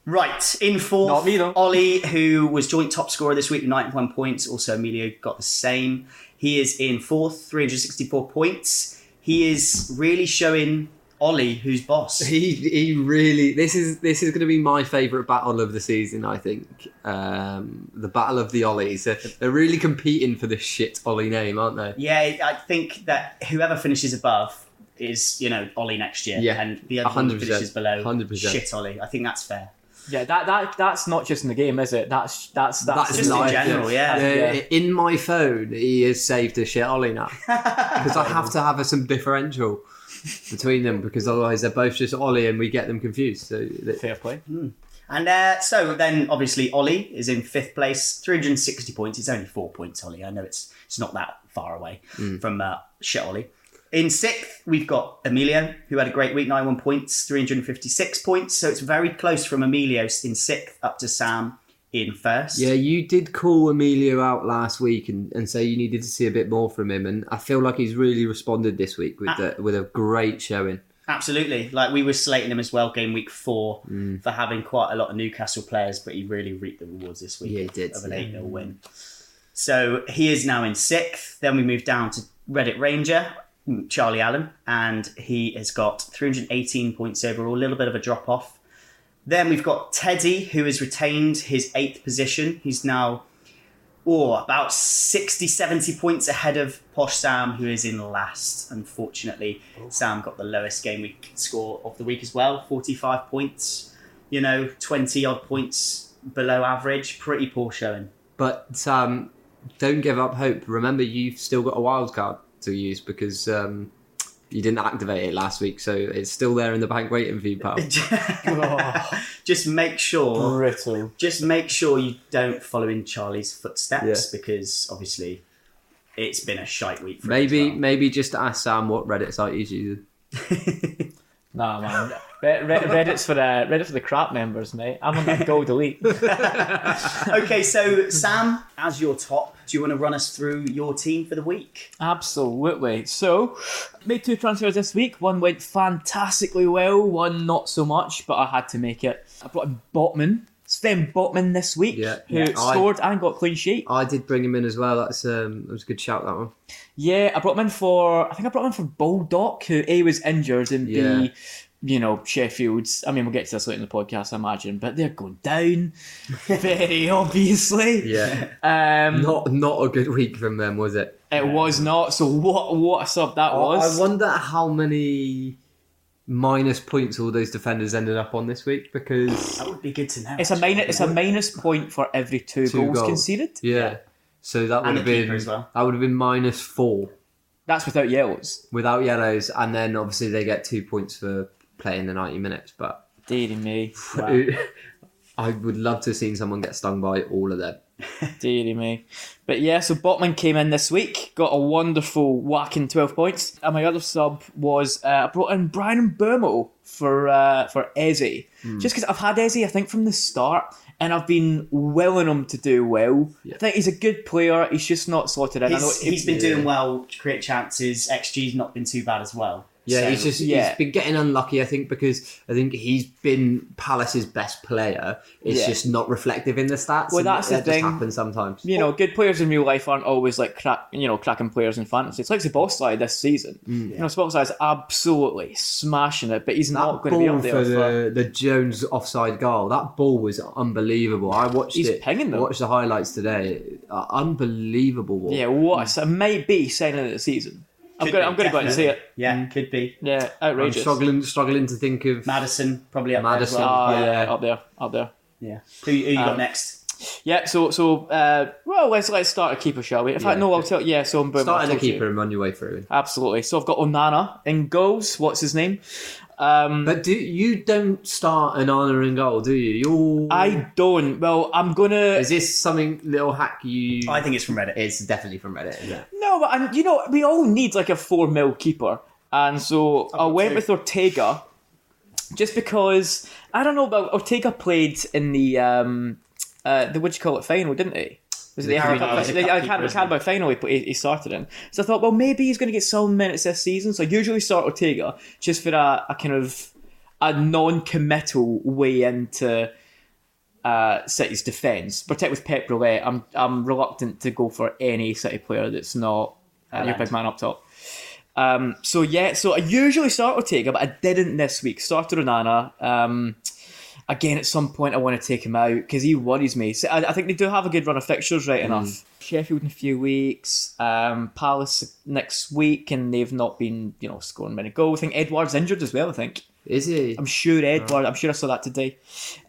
Speaker 2: Right, in fourth,
Speaker 3: Not me, though.
Speaker 2: Ollie, who was joint top scorer this week with 91 points. Also, Emilio got the same. He is in fourth, 364 points. He is really showing Ollie who's boss.
Speaker 1: He he really. This is this is going to be my favourite battle of the season. I think um, the battle of the Ollies. They're, they're really competing for this shit Ollie name, aren't they?
Speaker 2: yeah, I think that whoever finishes above is, you know, Ollie next year.
Speaker 1: Yeah,
Speaker 2: And the other one who
Speaker 1: 100%,
Speaker 2: finishes below,
Speaker 1: 100%.
Speaker 2: shit Ollie. I think that's fair.
Speaker 3: Yeah, that, that that's not just in the game, is it? That's that's that's,
Speaker 1: That's
Speaker 2: just in
Speaker 1: life,
Speaker 2: general, yeah.
Speaker 3: Yeah.
Speaker 1: In my phone, he has saved a shit Ollie now because I have to have some differential between them because otherwise they're both just Ollie and we get them confused. So th-
Speaker 3: fair play.
Speaker 2: And uh, so then, obviously, Ollie is in fifth place, 360 points. It's only four points, Ollie. I know it's it's not that far away from uh, shit Ollie. In sixth, we've got Emilio, who had a great week, 91 points, 356 points. So it's very close from Emilio in sixth up to Sam in first.
Speaker 1: yeah, you did call Emilio out last week and, and say you needed to see a bit more from him, and I feel like he's really responded this week with
Speaker 2: Ah.
Speaker 1: the, with a great showing.
Speaker 2: Absolutely. Like we were slating him as well, game week four,
Speaker 1: Mm.
Speaker 2: for having quite a lot of Newcastle players, but he really reaped the rewards this week.
Speaker 1: Yeah, he did,
Speaker 2: Of an
Speaker 1: yeah.
Speaker 2: 8 0 win. So he is now in sixth. Then we move down to Reddit Ranger, Charlie Allen, and he has got 318 points overall, a little bit of a drop off. Then we've got Teddy, who has retained his eighth position. He's now, oh, about 60, 70 points ahead of Posh Sam, who is in last. Unfortunately, Sam got the lowest game week score of the week as well 45 points, you know, 20 odd points below average. Pretty poor showing.
Speaker 1: But um, don't give up hope. Remember, you've still got a wild card to use because um, you didn't activate it last week, so it's still there in the bank waiting for you, pal.
Speaker 3: Oh.
Speaker 2: just make sure.
Speaker 3: Brittle.
Speaker 2: Just make sure you don't follow in Charlie's footsteps
Speaker 1: Yeah.
Speaker 2: because obviously it's been a shite week for him as
Speaker 1: Maybe,
Speaker 2: well.
Speaker 1: maybe just ask Sam what Reddit site he's using.
Speaker 3: Nah, man. Red, Red, Reddit's for uh, Reddit for the crap members, mate. I'm on that gold elite.
Speaker 2: okay, so Sam, as your top, do you want to run us through your team for the week?
Speaker 3: Absolutely. So, made two transfers this week. One went fantastically well, one not so much, but I had to make it. I brought in Botman, Sven Botman this week,
Speaker 1: Yeah.
Speaker 3: who
Speaker 1: Yeah, I-
Speaker 3: scored and got clean sheet.
Speaker 1: I did bring him in as well. That's um, that was a good shout. That one.
Speaker 3: Yeah, I brought him in for, I think I brought him in for Baldock, who A was injured and
Speaker 1: Yeah.
Speaker 3: B, you know, Sheffield's. I mean, we'll get to this later in the podcast, I imagine, but they're going down very obviously.
Speaker 1: Yeah,
Speaker 3: Um,
Speaker 1: not not a good week from them, was it?
Speaker 3: It was not. So what? What a sub that was.
Speaker 1: Oh, I wonder how many minus points all those defenders ended up on this week because
Speaker 2: That would be good to know.
Speaker 3: it's a
Speaker 2: actually.
Speaker 3: minus. It's a minus point for every two,
Speaker 1: Two
Speaker 3: goals,
Speaker 1: goals.
Speaker 3: conceded.
Speaker 1: yeah. So that would
Speaker 2: And
Speaker 1: have
Speaker 2: the
Speaker 1: been
Speaker 2: keeper as well.
Speaker 1: that would have been minus four
Speaker 3: That's without yells.
Speaker 1: without yellows, and then obviously they get two points for playing the ninety minutes. But
Speaker 3: Dear me.
Speaker 2: Wow.
Speaker 1: I would love to have seen someone get stung by all of their
Speaker 3: Deary me. But yeah, so Botman came in this week, got a wonderful whacking 12 points. And my other sub was uh, I brought in Brian Burmo for uh, for Eze.
Speaker 1: Hmm.
Speaker 3: Just because I've had Eze, I think, from the start, and I've been willing him to do well. I think he's a good player, he's just not slotted in. I know
Speaker 2: He's, he's been
Speaker 1: yeah.
Speaker 2: doing well to create chances. XG's not been too bad as well.
Speaker 1: Yeah,
Speaker 2: So-
Speaker 1: he's just
Speaker 3: yeah.
Speaker 1: he's been getting unlucky. I think because I think he's been Palace's best player. It's
Speaker 3: Yeah.
Speaker 1: just not reflective in the stats.
Speaker 3: Well,
Speaker 1: and
Speaker 3: that's the
Speaker 1: that just
Speaker 3: thing.
Speaker 1: happens sometimes.
Speaker 3: you know, good players in real life aren't always like crack, you know, cracking players in fantasy. It's like the boss side this season. You know, boss side's absolutely smashing it, but he's
Speaker 1: Hmm.
Speaker 3: not
Speaker 1: That
Speaker 3: going to be
Speaker 1: ball
Speaker 3: up
Speaker 1: for
Speaker 3: there. For,
Speaker 1: the, the Jones offside goal. That ball was unbelievable. I watched
Speaker 3: He's
Speaker 1: it.
Speaker 3: pinging them.
Speaker 1: Watched the highlights today. Uh, unbelievable. Ball.
Speaker 3: yeah, what? So it may be signing of the season. I'm
Speaker 2: Could
Speaker 3: going.
Speaker 2: be,
Speaker 3: I'm going to go out and see it.
Speaker 2: definitely.
Speaker 3: Mm.
Speaker 2: Yeah, could be.
Speaker 3: Yeah,
Speaker 1: I'm
Speaker 3: outrageous.
Speaker 1: struggling struggling to think of.
Speaker 2: Madison probably up there as
Speaker 1: Madison.
Speaker 2: well.
Speaker 3: Ah, yeah.
Speaker 1: Yeah.
Speaker 3: up there, up there.
Speaker 2: yeah. Who, who you got
Speaker 3: Um,
Speaker 2: next?
Speaker 3: Yeah, so so uh, well, let's let's start a keeper, shall we? In fact,
Speaker 1: Yeah.
Speaker 3: no, I'll tell. Yeah, so I'm boom, I'll
Speaker 1: Starting a
Speaker 3: tell you.
Speaker 1: keeper and run your way through.
Speaker 3: Absolutely. So I've got Onana in goals. What's his name? Um,
Speaker 1: But do you don't start an honor in goal, do you? You're.
Speaker 3: I don't. Well, I'm gonna.
Speaker 1: Is this something little hack you?
Speaker 2: I think it's from Reddit.
Speaker 1: it's definitely from Reddit. Yeah.
Speaker 3: No, but and you know we all need like a four mil keeper, and so I
Speaker 2: got
Speaker 3: went
Speaker 2: two.
Speaker 3: with Ortega, just because I don't know. But Ortega played in the um, uh, the what do you call it final, didn't he? Was it the Arab
Speaker 2: Carabao-
Speaker 3: Cup,
Speaker 2: it's a
Speaker 3: the
Speaker 2: cup
Speaker 3: Arab
Speaker 2: keeper,
Speaker 3: Cup-
Speaker 2: isn't it?
Speaker 3: Carabao final he, put- he he started in? So I thought, well, maybe he's going to get some minutes this season. So I usually start Ortega just for a, a kind of a non-committal way into uh, City's defence. Protect with Pep Roulette. I'm I'm reluctant to go for any City player that's not uh, your
Speaker 2: Haaland.
Speaker 3: big man up top. Um, so yeah, so I usually start Ortega, but I didn't this week. Started Onana. Um, again, at some point, I want to take him out because he worries me. So I, I think they do have a good run of fixtures, right enough. Sheffield in a few weeks, um, Palace next week, and they've not been, you know, scoring many goals. I think Edward's injured as well. I think
Speaker 1: Is he?
Speaker 3: I'm sure Edward. I'm sure I saw that today.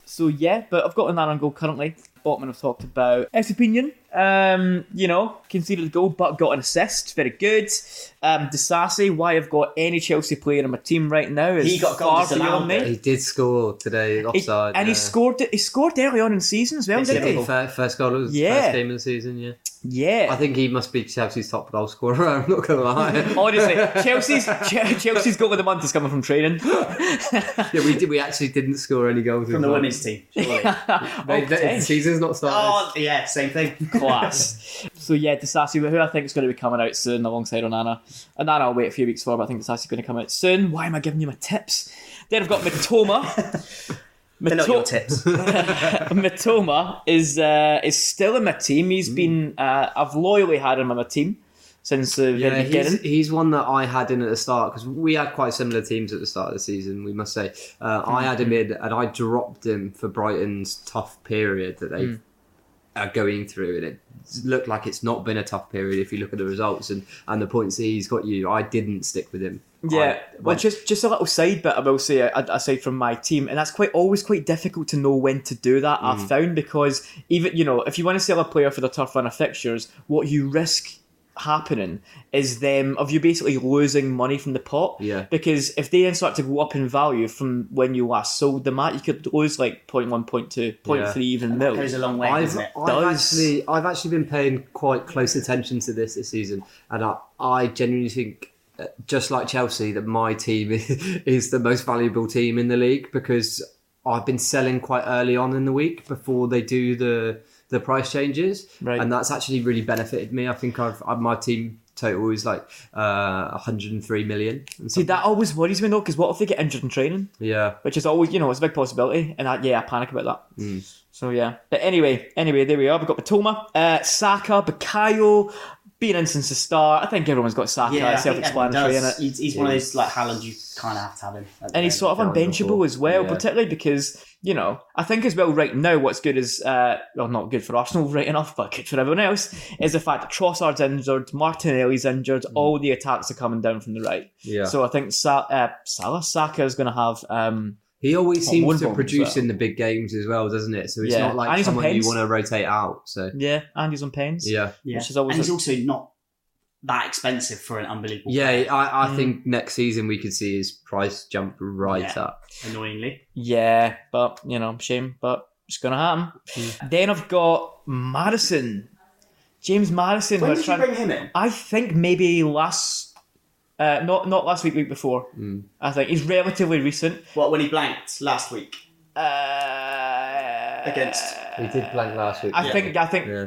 Speaker 3: So yeah, but I've got an on goal currently. Botman have talked about his opinion. Um, you know, conceded a goal but got an assist. Very good. Um, Disasi, why I've got any Chelsea player in my team right now is
Speaker 2: He got goal
Speaker 3: far
Speaker 2: disallowed,
Speaker 3: beyond me.
Speaker 2: though.
Speaker 1: He did score today
Speaker 3: He-
Speaker 1: offside,
Speaker 3: and he
Speaker 1: yeah.
Speaker 3: scored. He scored early on in season as well,
Speaker 2: It's
Speaker 3: didn't he?
Speaker 2: difficult.
Speaker 1: Fir- first goal of the
Speaker 3: Yeah.
Speaker 1: first game of the season. Yeah,
Speaker 3: Yeah.
Speaker 1: I think he must be Chelsea's top goal scorer. I'm not gonna lie.
Speaker 3: Honestly, Chelsea's Che- Chelsea's goal of the month is coming from training.
Speaker 1: yeah, we did, we actually didn't score any goals
Speaker 2: From the women's team. surely.
Speaker 1: They,
Speaker 3: Oh,
Speaker 1: they-
Speaker 3: dang.
Speaker 1: the season's not started.
Speaker 2: oh, yeah, same thing.
Speaker 3: class. so yeah, Disasi, who I think is going to be coming out soon alongside Onana. Onana, I'll wait a few weeks for, but I think Disasi's going to come out soon. Why am I giving you my tips? Then I've got Matoma.
Speaker 2: They're not your
Speaker 3: Mato-
Speaker 2: tips.
Speaker 3: Matoma is uh, is still in my team.
Speaker 1: Hmm.
Speaker 3: He's been uh, I've loyally had him in my team since uh, the
Speaker 1: Yeah,
Speaker 3: very beginning.
Speaker 1: he's, he's one that I had in at the start because we had quite similar teams at the start of the season. We must say, uh, I had him in and I dropped him for Brighton's tough period that they are going through, and it looked like it's not been a tough period if you look at the results and and the points that he's got you. I didn't stick with him.
Speaker 3: Yeah,
Speaker 1: I
Speaker 3: well,
Speaker 1: went-
Speaker 3: just just a little side bit I will say a- aside from my team, and that's quite always quite difficult to know when to do that. I've found because even you know if you want to sell a player for the tough run of fixtures, what you risk happening is them of you basically losing money from the pot.
Speaker 1: Yeah.
Speaker 3: Because if they then start to go up in value from when you last sold them at, you could lose like 0.1, 0.2, 0.3 even mil.
Speaker 2: Goes a long way,
Speaker 1: I've,
Speaker 2: doesn't it?
Speaker 1: I've
Speaker 3: Does-
Speaker 1: actually I've actually been paying quite close attention to this this season, and I, I genuinely think, uh, just like Chelsea, that my team is, is the most valuable team in the league because I've been selling quite early on in the week before they do the the price changes,
Speaker 3: Right.
Speaker 1: and that's actually really benefited me. I think I've, i my team total is like uh, 103 million. And
Speaker 3: See,
Speaker 1: something.
Speaker 3: that always worries me though, because what if they get injured in training?
Speaker 1: yeah,
Speaker 3: which is always you know it's a big possibility and I, yeah I panic about that
Speaker 2: Mm.
Speaker 3: so yeah but anyway anyway there we are we've got Batoma uh, Saka Bakayo been in since the start I think everyone's got Saka
Speaker 2: yeah, I
Speaker 3: it's
Speaker 2: think everyone
Speaker 3: self-explanatory in
Speaker 2: does.
Speaker 3: it
Speaker 2: He's, he's one of those like Haaland, you kind of have to have him. at the
Speaker 3: and he's
Speaker 2: moment.
Speaker 3: sort of
Speaker 1: Bakayo
Speaker 3: unbenchable
Speaker 1: before.
Speaker 3: as well
Speaker 1: Yeah.
Speaker 3: particularly because you know I think as well right now what's good is uh, well not good for Arsenal right enough but good for everyone else is the fact that Trossard's injured Martinelli's injured
Speaker 2: Mm.
Speaker 3: all the attacks are coming down from the right
Speaker 1: yeah.
Speaker 3: so I think Sa- uh, Salah Saka is going to have um,
Speaker 1: He always
Speaker 3: Well,
Speaker 1: seems to
Speaker 3: Woodenbomb as
Speaker 1: produce
Speaker 3: well.
Speaker 1: in the big games as well, doesn't it? So it's
Speaker 3: Yeah.
Speaker 1: not
Speaker 3: And
Speaker 1: like
Speaker 3: he's on
Speaker 1: someone you
Speaker 3: pens.
Speaker 1: want to rotate out. So
Speaker 3: yeah Andy's on pens
Speaker 1: yeah.
Speaker 2: yeah.
Speaker 3: which is always
Speaker 2: and he's
Speaker 3: a-
Speaker 2: also not that expensive for an unbelievable.
Speaker 1: Yeah,
Speaker 2: player,
Speaker 1: I, I
Speaker 4: Mm.
Speaker 1: think next season we could see his price jump right
Speaker 2: Yeah.
Speaker 1: up.
Speaker 2: annoyingly.
Speaker 4: Hmm.
Speaker 3: Yeah, but you know, shame, but it's gonna happen. Then I've got Madison. James Madison.
Speaker 2: When
Speaker 3: we're
Speaker 2: did you
Speaker 3: trying-
Speaker 2: bring him in?
Speaker 3: I think maybe last, uh, not not last week, week before.
Speaker 4: Hmm.
Speaker 3: I think he's relatively recent.
Speaker 2: What, when he blanked last week
Speaker 3: Uh,
Speaker 2: against.
Speaker 4: We did blank last week.
Speaker 3: I
Speaker 4: yeah.
Speaker 3: think I think
Speaker 4: Yeah.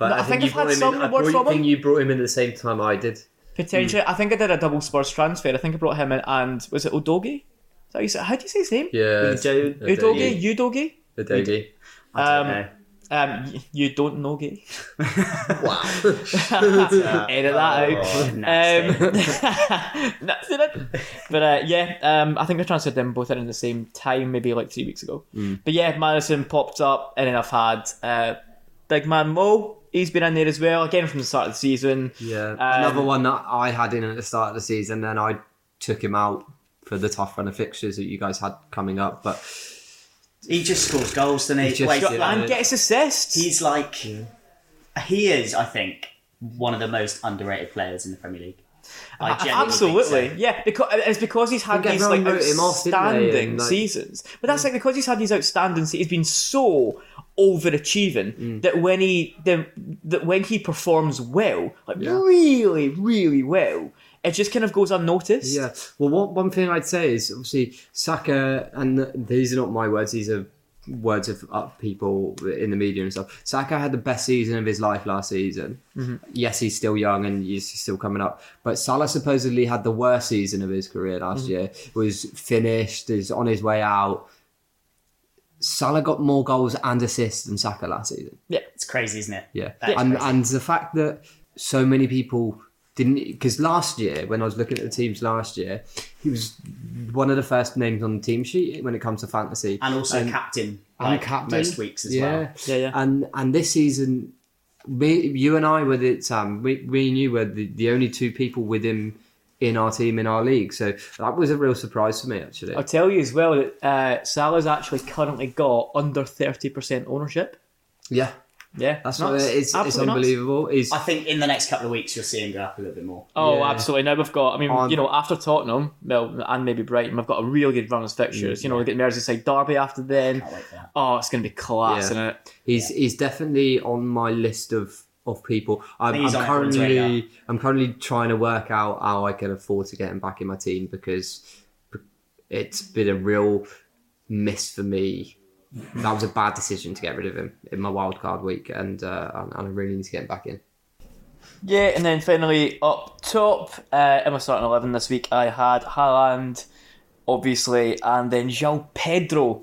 Speaker 4: But
Speaker 3: No,
Speaker 4: I,
Speaker 3: I
Speaker 4: think,
Speaker 3: think
Speaker 4: you
Speaker 3: I've
Speaker 4: brought
Speaker 3: had
Speaker 4: him
Speaker 3: some
Speaker 4: in. I
Speaker 3: word
Speaker 4: brought,
Speaker 3: from
Speaker 4: I think
Speaker 3: him.
Speaker 4: you brought him in at the same time I did.
Speaker 3: potentially. I think I did a double Spurs transfer. I think I brought him in, and was it Odogi? Is that how you say- How do you say his name?
Speaker 4: Yeah.
Speaker 2: Udo-
Speaker 3: Udogi, Udogi.
Speaker 4: Udogi.
Speaker 2: I don't
Speaker 3: Um,
Speaker 2: know.
Speaker 3: Um, y- you don't know gay.
Speaker 4: Wow.
Speaker 3: Edit that out.
Speaker 2: Oh, nasty.
Speaker 3: Um, that's it. But uh, yeah, um, I think I transferred them both in at the same time, maybe like three weeks ago. But yeah, Madison popped up, and then I've had uh, Big Man Mo. He's been in there as well, again from the start of the season.
Speaker 1: Yeah.
Speaker 4: Um,
Speaker 1: Another one that I had in at the start of the season, then I took him out for the tough run of fixtures that you guys had coming up. But
Speaker 2: he just scores goals, doesn't he?
Speaker 1: He just-
Speaker 2: Like,
Speaker 1: Yeah.
Speaker 2: and
Speaker 3: And gets assists.
Speaker 2: he's like, he is, I think, one of the most underrated players in the Premier League. I
Speaker 3: A-
Speaker 2: genuinely think
Speaker 3: Absolutely,
Speaker 2: so.
Speaker 3: yeah. Because it's because he's had
Speaker 1: think
Speaker 3: these like
Speaker 1: everyone wrote him off, didn't they? And,
Speaker 3: outstanding
Speaker 1: like-
Speaker 3: seasons, but that's like because he's had these outstanding. se- He's been so overachieving
Speaker 1: Mm.
Speaker 3: that when he the, that when he performs well, like
Speaker 1: Yeah.
Speaker 3: really, really well, it just kind of goes unnoticed.
Speaker 1: Yeah. Well, what one thing I'd say is obviously Saka, and these are not my words; these are words of uh, people in the media and stuff. Saka had the best season of his life last season. Yes, he's still young and he's still coming up. But Salah supposedly had the worst season of his career last year. Was finished. Is on his way out. Salah got more goals and assists than Saka last season.
Speaker 2: It's crazy, isn't it?
Speaker 1: Yeah,
Speaker 2: That is
Speaker 1: and
Speaker 2: crazy.
Speaker 1: and the fact that so many people didn't because last year when I was looking at the teams last year, he was one of the first names on the team sheet when it comes to fantasy.
Speaker 2: And also captain,
Speaker 1: and
Speaker 2: like,
Speaker 1: captain.
Speaker 2: most weeks as well.
Speaker 3: Yeah, yeah.
Speaker 1: And and this season, me, you and I were the Sam. We we knew were the, the only two people with him in our team in our league. So that was a real surprise for me actually.
Speaker 3: I'll tell you as well that uh, Salah's actually currently got under thirty percent ownership.
Speaker 1: Yeah,
Speaker 3: Yeah,
Speaker 1: that's what
Speaker 3: nuts.
Speaker 1: it's, it's
Speaker 3: Absolutely nuts.
Speaker 1: unbelievable. He's
Speaker 2: I think in the next couple of weeks, you'll see him go up a little bit more.
Speaker 3: Oh,
Speaker 1: Yeah.
Speaker 3: absolutely. Now we've got, I mean,
Speaker 1: On-
Speaker 3: you know, after Tottenham, well, and maybe Brighton, we've got a really good run of fixtures. You know, we get Merseyside Derby after then.
Speaker 2: Can't wait for that.
Speaker 3: Oh, it's going to be class,
Speaker 1: Yeah.
Speaker 3: isn't it?
Speaker 1: He's he's definitely on my list of of people. I'm,
Speaker 2: think he's
Speaker 1: I'm
Speaker 2: on everyone's radar.
Speaker 1: currently I'm currently trying to work out how I can afford to get him back in my team because it's been a real miss for me. That was a bad decision to get rid of him in my wild card week, and uh, and and I really need to get him back in.
Speaker 3: Yeah, and then finally up top uh, in my starting 11 this week, I had Haaland, obviously, and then João Pedro.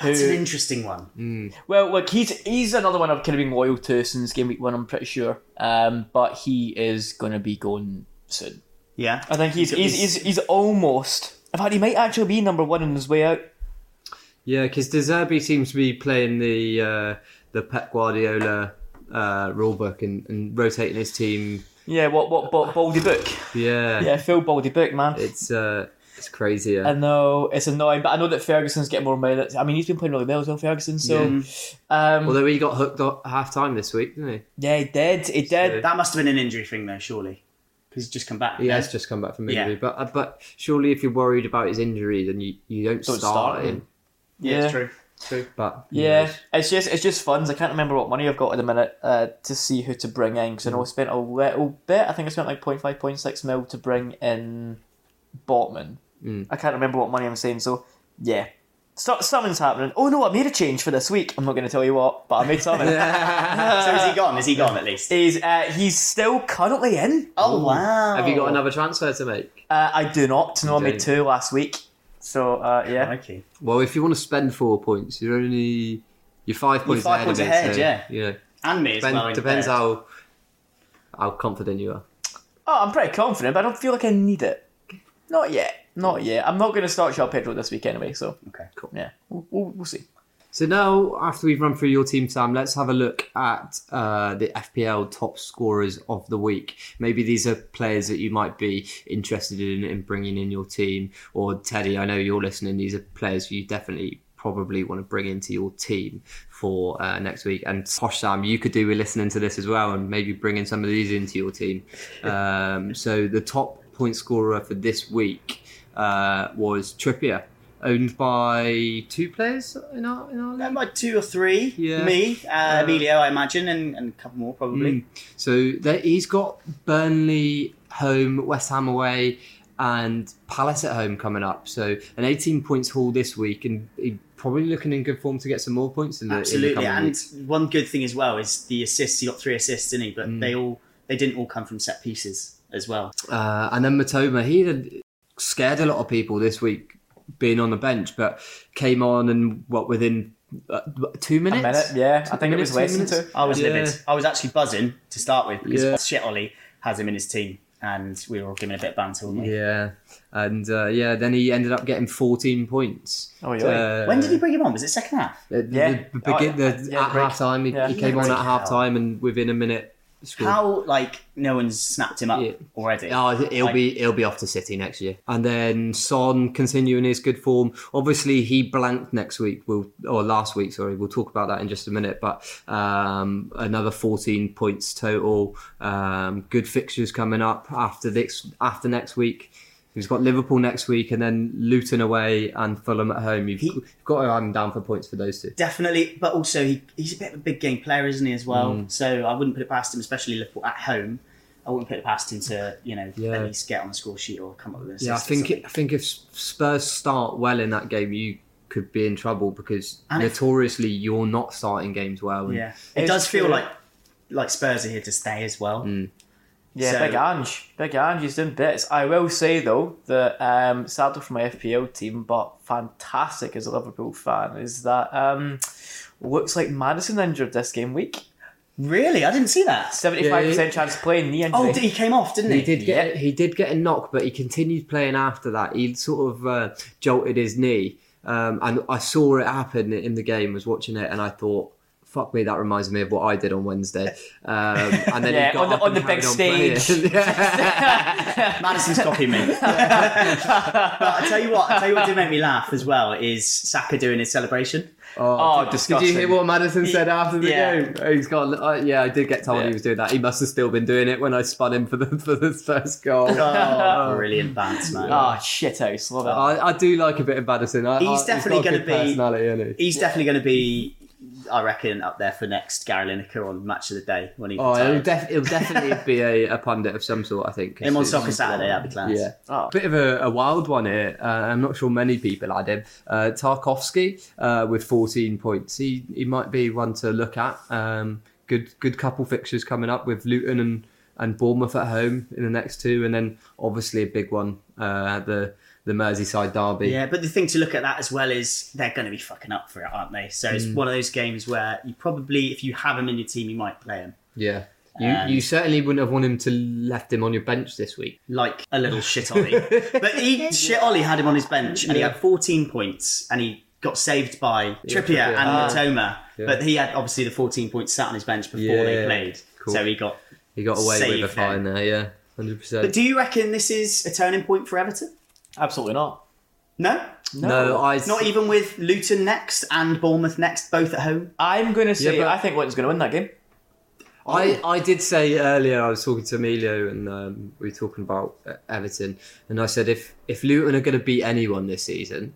Speaker 2: It's an
Speaker 3: Who,
Speaker 2: interesting one.
Speaker 3: well, look, he's he's another one I've kind of been loyal to since game week one, I'm pretty sure. Um, but he is going to be going soon.
Speaker 2: Yeah.
Speaker 3: I think he's he's, he's, he's almost. In fact, he might actually be number one on his way out.
Speaker 1: Yeah, because Deserbi seems to be playing the uh, the Pep Guardiola uh, rulebook and, and rotating his team.
Speaker 3: Yeah, what what bo- baldy book?
Speaker 1: Yeah,
Speaker 3: Yeah, Phil baldy book, man.
Speaker 1: it's uh, it's crazy. Yeah.
Speaker 3: I know it's annoying, but I know that Ferguson's getting more minutes. I mean, he's been playing really well as well, Ferguson. So, um,
Speaker 1: Although he got hooked at half time this week, didn't he?
Speaker 3: yeah, he did. He did.
Speaker 2: That must have been an injury thing, though, surely. Because he's just come back.
Speaker 1: He
Speaker 2: no?
Speaker 1: has just come back from
Speaker 2: Yeah.
Speaker 1: injury, but uh, but surely if you're worried about his injury, then you, you don't,
Speaker 3: Don't
Speaker 1: start,
Speaker 3: start
Speaker 1: him.
Speaker 3: him.
Speaker 2: Yeah,
Speaker 3: Yeah.
Speaker 2: it's true. True.
Speaker 1: But who
Speaker 3: Yeah,
Speaker 1: knows?
Speaker 3: it's just it's just funds. I can't remember what money I've got at the minute uh, to see who to bring in because I
Speaker 2: Mm.
Speaker 3: know I spent a little bit. I think I spent like 0.5, 0.6 mil to bring in Botman.
Speaker 2: Mm.
Speaker 3: I can't remember what money I'm saying. So yeah, so, something's happening. Oh no, I made a change for this week. I'm not going to tell you what, but I made something.
Speaker 2: So is he gone? Is he gone at least?
Speaker 3: Is uh, he's still currently in?
Speaker 2: Oh wow!
Speaker 1: have you got another transfer to make?
Speaker 3: Uh, I do not. No, I made
Speaker 1: don't.
Speaker 3: two last week. So uh, yeah,
Speaker 2: Okay.
Speaker 1: Well, if you want to spend four points, you're only you're five points
Speaker 2: five
Speaker 1: ahead.
Speaker 2: points
Speaker 1: of me,
Speaker 2: ahead,
Speaker 1: so,
Speaker 2: yeah.
Speaker 1: You know,
Speaker 2: And me as
Speaker 1: depend-
Speaker 2: well. in
Speaker 1: depends
Speaker 2: third.
Speaker 1: how how confident you are.
Speaker 3: oh, I'm pretty confident, but I don't feel like I need it. Not yet. Not yet. I'm not going to start João Pedro this week anyway. So
Speaker 2: Okay. Cool.
Speaker 3: yeah, we'll, we'll, we'll see.
Speaker 1: So now, after we've run through your team, Sam, let's have a look at uh, the FPL top scorers of the week. Maybe these are players that you might be interested in, in bringing in your team. Or Teddy, I know you're listening. These are players you definitely probably want to bring into your team for uh, next week. And Posh Sam, you could do with listening to this as well and maybe bringing some of these into your team. Um, so the top point scorer for this week uh, was Trippier owned by two players in our in our league.
Speaker 2: Then by two or three,
Speaker 1: Yeah.
Speaker 2: me, uh,
Speaker 1: Uh,
Speaker 2: Emilio, I imagine, and, and a couple more probably.
Speaker 1: Mm. So there, he's got Burnley home, West Ham away, and Palace at home coming up. So an 18 points haul this week, and he probably looking in good form to get some more points in the, in the
Speaker 2: Absolutely,
Speaker 1: coming
Speaker 2: and
Speaker 1: weeks.
Speaker 2: one good thing as well is the assists. He got three assists, didn't he? But
Speaker 1: Mm.
Speaker 2: they all they didn't all come from set pieces as well.
Speaker 1: Uh, and then Matoma, he had scared a lot of people this week being on the bench, but came on and what within uh, two
Speaker 3: A
Speaker 1: minutes.
Speaker 3: minute, yeah. I think it was
Speaker 1: Two
Speaker 3: less than
Speaker 1: minutes?
Speaker 3: two.
Speaker 2: I was
Speaker 1: Yeah.
Speaker 2: livid. I was actually buzzing to start with because
Speaker 1: Yeah.
Speaker 2: shit Ollie has him in his team, and we were all giving a bit of banter. weren't we?
Speaker 1: Yeah, and uh, yeah, then he ended up getting 14 points.
Speaker 3: Oh, yeah.
Speaker 1: Uh,
Speaker 2: When did he bring him on? Was it second half?
Speaker 1: The,
Speaker 3: Yeah.
Speaker 1: yeah. the, begin,
Speaker 3: Oh, yeah.
Speaker 1: the,
Speaker 3: Yeah,
Speaker 1: at
Speaker 3: break.
Speaker 1: half time, he,
Speaker 3: Yeah.
Speaker 1: he came on
Speaker 2: Bloody
Speaker 1: at half
Speaker 2: hell.
Speaker 1: time and within a minute scored.
Speaker 2: How like no one's snapped him up
Speaker 1: Yeah.
Speaker 2: already?
Speaker 1: Oh, he'll
Speaker 2: Like-
Speaker 1: be he'll be off to City next year, and then Son continuing his good form. Obviously, he blanked next week. We'll or last week, sorry. We'll talk about that in just a minute. But um, another fourteen points total. Um, good fixtures coming up after this after next week. He's got Liverpool next week, and then Luton away and Fulham at home. You've,
Speaker 2: He-
Speaker 1: you've got to have him down for points for those two.
Speaker 2: Definitely, but also he, he's a bit of a big game player, isn't he? As well, so I wouldn't put it past him, especially Liverpool at home. I wouldn't put it past him to you know
Speaker 1: Yeah.
Speaker 2: at least get on the score sheet or come up with an assist.
Speaker 1: Yeah, I
Speaker 2: or
Speaker 1: think
Speaker 2: something.
Speaker 1: I think if Spurs start well in that game, you could be in trouble because
Speaker 2: And if-
Speaker 1: notoriously you're not starting games well. and-
Speaker 2: yeah, it
Speaker 3: It's
Speaker 2: does feel
Speaker 3: true.
Speaker 2: like like Spurs are here to stay as well.
Speaker 3: Yeah,
Speaker 2: So-
Speaker 3: Big Ange. Big Ange, he's doing bits. I will say, though, that um, sadly for my FPL team, but fantastic as a Liverpool fan, is that um, looks like Madison injured this game week.
Speaker 2: Really, I didn't see that.
Speaker 3: 75% chance of playing knee injury.
Speaker 2: Oh, he came off, didn't he?
Speaker 1: He did get he did get a knock, but he continued playing after that. He sort of uh, jolted his knee, um, and I saw it happen in the game. Was watching it, and I thought, "Fuck me!" That reminds me of what I did on Wednesday. Um, and then
Speaker 3: Yeah,
Speaker 1: he got
Speaker 3: on the-
Speaker 1: up
Speaker 3: on
Speaker 1: and
Speaker 3: the big
Speaker 1: carried playing.
Speaker 3: stage.
Speaker 2: Madison's copying me. but I tell you what, I tell you what did make me laugh as well is Saka doing his celebration.
Speaker 1: oh,
Speaker 3: Oh,
Speaker 1: did-
Speaker 3: disgusting.
Speaker 1: Did you hear what Madison said after the
Speaker 2: Yeah.
Speaker 1: game? Oh, He's got. Uh, yeah, I did get told
Speaker 3: Yeah.
Speaker 1: he was doing that. He must have still been doing it when I spun him for the for the first goal.
Speaker 2: Oh, brilliant banter, man.
Speaker 3: Ah, shit house. Love it.
Speaker 1: I, I do like a bit of Madison. I,
Speaker 2: He's
Speaker 1: I-
Speaker 2: definitely
Speaker 1: got a good
Speaker 2: gonna be-
Speaker 1: personality, isn't he?
Speaker 2: He's definitely going to be, I reckon, up there for next Gary Lineker on Match of the Day when he
Speaker 1: Oh, it'll,
Speaker 2: retires.
Speaker 1: def- it'll definitely be a, a pundit of some sort, I think.
Speaker 2: Him on
Speaker 1: It's-
Speaker 2: Soccer Saturday, that'd be class.
Speaker 1: Yeah.
Speaker 3: Oh.
Speaker 1: Bit of a, a wild one here. Uh, I'm not sure many people had him. Uh, Tarkovsky uh, with 14 points. He he might be one to look at. Um, good good couple fixtures coming up with Luton and, and Bournemouth at home in the next two, and then obviously a big one uh, the the Merseyside derby.
Speaker 2: Yeah, but the thing to look at that as well is they're going to be fucking up for it, aren't they? So
Speaker 1: Mm.
Speaker 2: it's one of those games where you probably, if you have him in your team, you might play him.
Speaker 1: Yeah. You,
Speaker 2: Um,
Speaker 1: you certainly wouldn't have wanted him to left him on your bench this week.
Speaker 2: like a little shit Ollie. but he shit Ollie had him on his bench and he had 14 points and he got saved by Trippier,
Speaker 1: Trippier.
Speaker 2: and
Speaker 1: Ah.
Speaker 2: Matoma. But he had obviously the 14 points sat on his bench before
Speaker 1: Yeah,
Speaker 2: they played.
Speaker 1: cool.
Speaker 2: So he got.
Speaker 1: He got away
Speaker 2: Save
Speaker 1: with a fine there, yeah. 100%.
Speaker 2: But do you reckon this is a turning point for Everton?
Speaker 3: Absolutely not.
Speaker 2: No?
Speaker 1: no, I
Speaker 2: Not even with Luton next and Bournemouth next, both at home?
Speaker 3: I'm going to say
Speaker 1: Yeah, but-
Speaker 3: I think Luton's going to win that game.
Speaker 1: I,
Speaker 2: Oh.
Speaker 1: I did say earlier I was talking to Emilio and um, we were talking about uh, Everton and I said if if Luton are going to beat anyone this season,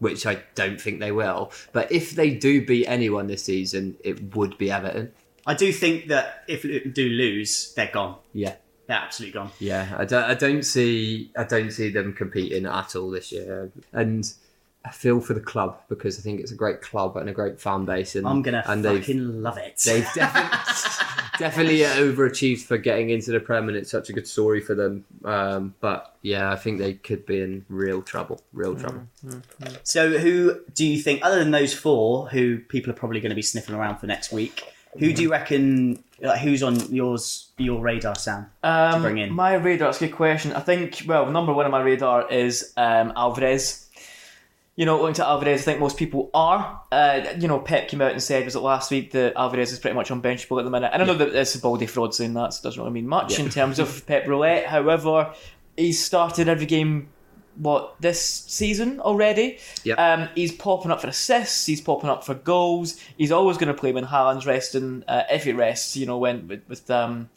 Speaker 1: which I don't think they will, but if they do beat anyone this season, it would be Everton.
Speaker 2: I do think that if Luton do lose, they're gone.
Speaker 1: Yeah,
Speaker 2: They're absolutely gone.
Speaker 1: yeah. I don't I don't see I don't see them competing at all this year, and I feel for the club because I think it's a great club and a great fan base, and
Speaker 2: I'm going to
Speaker 1: and
Speaker 2: fucking
Speaker 1: they've
Speaker 2: love it.
Speaker 1: They've definitely, definitely overachieved for getting into the Prem, and it's such a good story for them. Um, but yeah, I think they could be in real trouble.
Speaker 2: Hmm.
Speaker 1: Real trouble.
Speaker 2: So, who do you think, other than those four, who people are probably going to be sniffing around for next week? Who do you reckon? Like, who's on yours, your radar, Sam?
Speaker 3: Um,
Speaker 2: bring in?
Speaker 3: My radar, that's a good question. I think, well, number one on my radar is um, Alvarez. You know, looking to Alvarez, I think most people are. Uh, you know, Pep came out and said, was it last week, that Alvarez is pretty much unbenchable at the minute. And I know that it's a baldy fraud saying that, so it doesn't really mean much in terms of Pep Roulette. However, he's started every game, what, this season already?
Speaker 1: Yep.
Speaker 3: Um, he's popping up for assists, he's popping up for goals. He's always going to play when Haaland's resting, uh, if he rests, you know, when with, with um,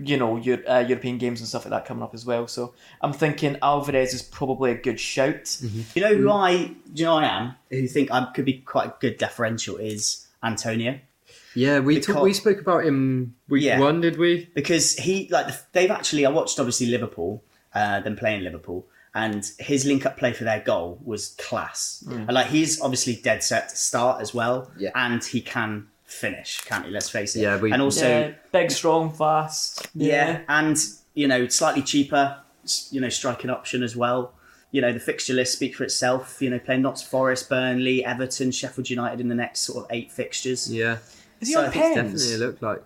Speaker 3: you know, your uh, European games and stuff like that coming up as well. So I'm thinking Alvarez is probably a good shout.
Speaker 2: You know who
Speaker 1: Mm.
Speaker 2: I, do you know who I am? Who think I could be quite a good deferential is Antonio
Speaker 1: Yeah, we talk,
Speaker 2: Because-
Speaker 1: we spoke about him week
Speaker 2: Yeah.
Speaker 1: one, did we?
Speaker 2: because he like the- they've actually I watched obviously Liverpool, uh, them playing Liverpool, and his link up play for their goal was class. And like he's obviously dead set to start as well,
Speaker 1: Mm. Yeah.
Speaker 2: and he can finish, can't he? Let's face it.
Speaker 1: Yeah, we-
Speaker 2: and also
Speaker 3: yeah, big, strong, fast.
Speaker 2: yeah. and you know slightly cheaper, s- you know striking option as well. You know the fixture list speak for itself. You know playing Notts Forest, Burnley, Everton, Sheffield United in the next sort of eight fixtures.
Speaker 1: Yeah,
Speaker 3: Is he
Speaker 2: So I
Speaker 3: on
Speaker 2: think it's
Speaker 1: definitely. It
Speaker 3: pens?
Speaker 1: looked like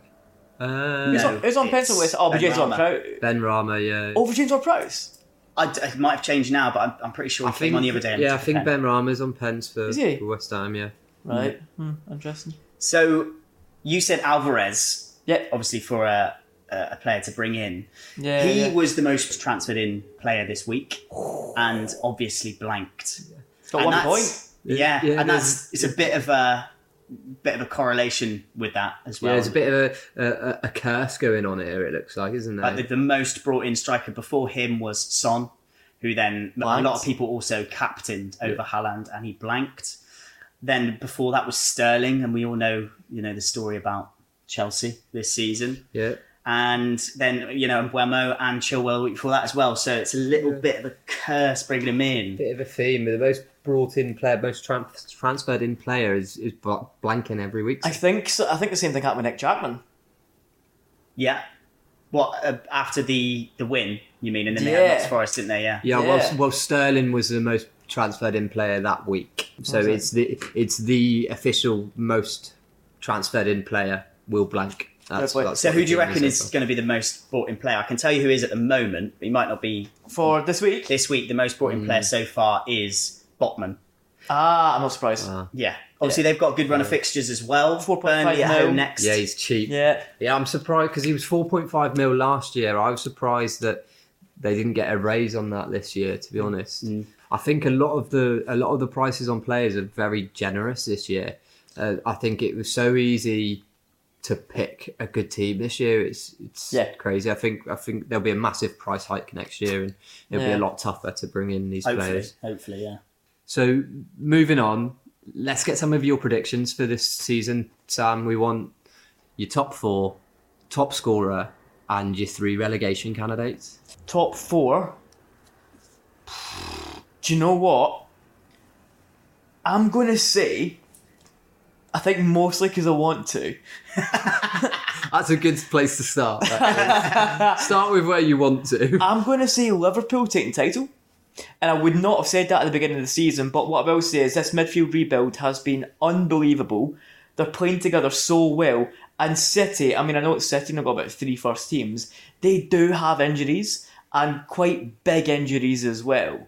Speaker 1: uh,
Speaker 3: Who's on,
Speaker 2: No,
Speaker 3: who's on pens
Speaker 2: it's
Speaker 3: or West? Oh,
Speaker 2: Ben
Speaker 3: but James on
Speaker 2: Rama.
Speaker 3: Prout.
Speaker 1: Ben Rama. Yeah,
Speaker 3: Over James on Price.
Speaker 2: I, d- it might have changed now, but I'm, I'm pretty sure he came on the other day. and
Speaker 1: Yeah, I
Speaker 2: took a
Speaker 1: think
Speaker 2: pen.
Speaker 1: Ben Rama's on pens for,
Speaker 3: Is he?
Speaker 1: for West Ham. Yeah,
Speaker 3: Right.
Speaker 2: Mm-hmm.
Speaker 3: Hmm, interesting.
Speaker 2: So you said Alvarez,
Speaker 3: Yep.
Speaker 2: obviously for a, a a player to bring in.
Speaker 3: Yeah.
Speaker 2: he
Speaker 3: yeah.
Speaker 2: was the most transferred in player this week, and obviously blanked.
Speaker 3: got
Speaker 2: and
Speaker 3: one point.
Speaker 2: that's- Yeah,
Speaker 1: Yeah,
Speaker 2: and that's it's a bit of a bit of a correlation with that as
Speaker 1: yeah.
Speaker 2: well.
Speaker 1: There's a bit of a, a, a curse going on here. It looks like, isn't there?
Speaker 2: Like the, the most brought in striker before him was Son, who then
Speaker 3: Blanked.
Speaker 2: a lot of people also captained over Haaland and he blanked. Then before that was Sterling, and we all know, you know, the story about Chelsea this season.
Speaker 1: yeah,
Speaker 2: And then, you know, Buemo and Chilwell the week before that as well. So it's a little bit of a curse bringing him in.
Speaker 1: bit of a theme. The most brought in player, most tran- transferred in player is is bl- blanking every week.
Speaker 3: I think so, I think the same thing happened with Nick Jackman.
Speaker 2: Yeah. What, uh, after the, the win, you mean? And then they
Speaker 3: Yeah.
Speaker 2: had Notts Forest, didn't they? Yeah.
Speaker 1: yeah, Well,
Speaker 3: yeah.
Speaker 1: well, Sterling was the most transferred in player that week. So
Speaker 3: Was it?
Speaker 1: it's the it's the official most transferred in player will blank. That's,
Speaker 3: Fair play.
Speaker 1: that's
Speaker 2: So
Speaker 1: what
Speaker 2: who
Speaker 1: the
Speaker 2: do you
Speaker 1: team
Speaker 2: reckon is going to be the most brought in player? I can tell you who is at the moment. but He might not be
Speaker 3: For this week?
Speaker 2: this week the most brought in player so far is Botman.
Speaker 3: Ah, I'm not surprised.
Speaker 1: Ah.
Speaker 2: Yeah. Obviously they've got a good run of fixtures as well.
Speaker 3: 4.5
Speaker 2: Burnley at
Speaker 3: mil.
Speaker 2: home next.
Speaker 1: Yeah, he's cheap.
Speaker 3: yeah.
Speaker 1: Yeah, I'm surprised because he was 4.5 mil last year. I was surprised that they didn't get a raise on that this year.
Speaker 3: Mm.
Speaker 1: To be honest, I think a lot of the a lot of the prices on players are very generous this year. Uh, I think it was so easy to pick a good team this year. It's it's
Speaker 3: Yeah.
Speaker 1: crazy. I think I think there'll be a massive price hike next year, and it'll
Speaker 3: Yeah.
Speaker 1: be a lot tougher to bring in these
Speaker 2: Hopefully.
Speaker 1: players.
Speaker 2: Hopefully, yeah.
Speaker 1: So moving on, let's get some of your predictions for this season, Sam. We want your top four, top scorer, and your three relegation candidates.
Speaker 3: Top four. Do you know what? I'm going to say, I think mostly because I want to.
Speaker 1: That's a good place to start. actually. start with where you want to.
Speaker 3: I'm going to say Liverpool taking title. And I would not have said that at the beginning of the season, but what I will say is this midfield rebuild has been unbelievable. They're playing together so well. And City, I mean, I know it's City, and they've got about three first teams. They do have injuries and quite big injuries as well.